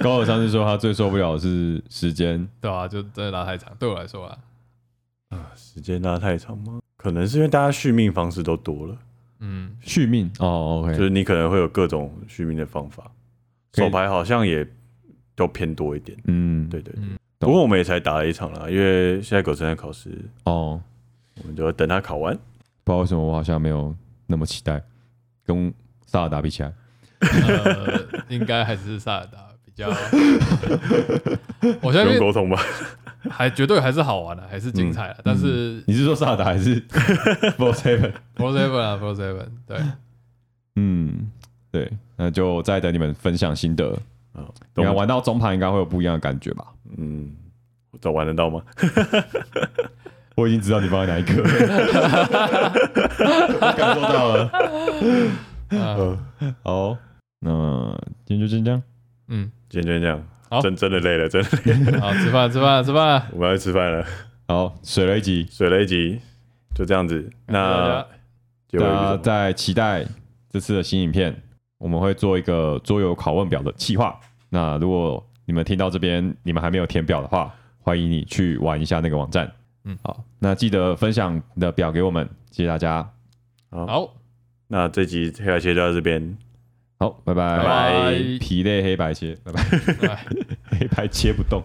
[SPEAKER 3] 高尔上次说他最受不了的是时间，
[SPEAKER 1] 对啊，就真的拉太长，对我来说啊，
[SPEAKER 2] 时间拉太长吗？可能是因为大家续命方式都多了，
[SPEAKER 1] 嗯，
[SPEAKER 3] 续命。哦
[SPEAKER 2] 就
[SPEAKER 3] ，OK，
[SPEAKER 2] 是你可能会有各种续命的方法。
[SPEAKER 3] 可以
[SPEAKER 2] 手牌好像也都偏多一点，
[SPEAKER 3] 嗯，
[SPEAKER 2] 对，对对
[SPEAKER 1] 嗯
[SPEAKER 2] 不过我们也才打了一场啦，因为现在狗正在考试，
[SPEAKER 3] 哦，
[SPEAKER 2] 我们就等他考完。
[SPEAKER 3] 不知道为什么我好像没有那么期待，跟萨尔达比起来，
[SPEAKER 1] 呃，应该还是萨尔达比较， <laughs> 我相
[SPEAKER 2] 不用
[SPEAKER 1] 信
[SPEAKER 2] 沟通吧？
[SPEAKER 1] 还绝对还是好玩的、啊还是精彩
[SPEAKER 3] 嗯
[SPEAKER 1] 的、但是
[SPEAKER 3] 你是说萨尔达还是 <laughs> f o r Seven？
[SPEAKER 1] Pro Seven 啊，Pro Seven，对，
[SPEAKER 3] 嗯，对，那就再等你们分享心得。
[SPEAKER 2] 啊，
[SPEAKER 3] <laughs> 你
[SPEAKER 2] 懂
[SPEAKER 3] 看玩到中盘应该会有不一样的感觉吧？
[SPEAKER 2] 嗯，这玩得到吗？
[SPEAKER 3] 我已经知道你放在哪一个，我感受到了。
[SPEAKER 1] 啊，
[SPEAKER 3] 好，那今天就先这样。
[SPEAKER 1] 嗯，
[SPEAKER 2] 今天就这样，
[SPEAKER 1] 好
[SPEAKER 2] 真真的累了，真
[SPEAKER 3] <laughs>
[SPEAKER 2] 的累了，
[SPEAKER 1] 好，吃饭，吃饭，吃饭，
[SPEAKER 2] 我们要去吃饭了，
[SPEAKER 3] 好，水了一集，
[SPEAKER 2] 水了一集，就这样子。那结尾
[SPEAKER 3] 嗯大
[SPEAKER 2] 有
[SPEAKER 3] 家
[SPEAKER 2] 什么
[SPEAKER 3] 在期待这次的新影片，我们会做一个桌游拷问表的企划。那如果你们听到这边，你们还没有填表的话，欢迎你去玩一下那个网站。
[SPEAKER 1] 嗯，
[SPEAKER 3] 好，那记得分享你的表给我们，谢谢大家。
[SPEAKER 1] 好，
[SPEAKER 2] 那这集黑白切就到这边，
[SPEAKER 3] 好，拜拜。
[SPEAKER 1] 拜拜
[SPEAKER 3] 疲 <laughs> 累黑白切，拜拜，
[SPEAKER 1] 拜拜。
[SPEAKER 3] 黑白切不动。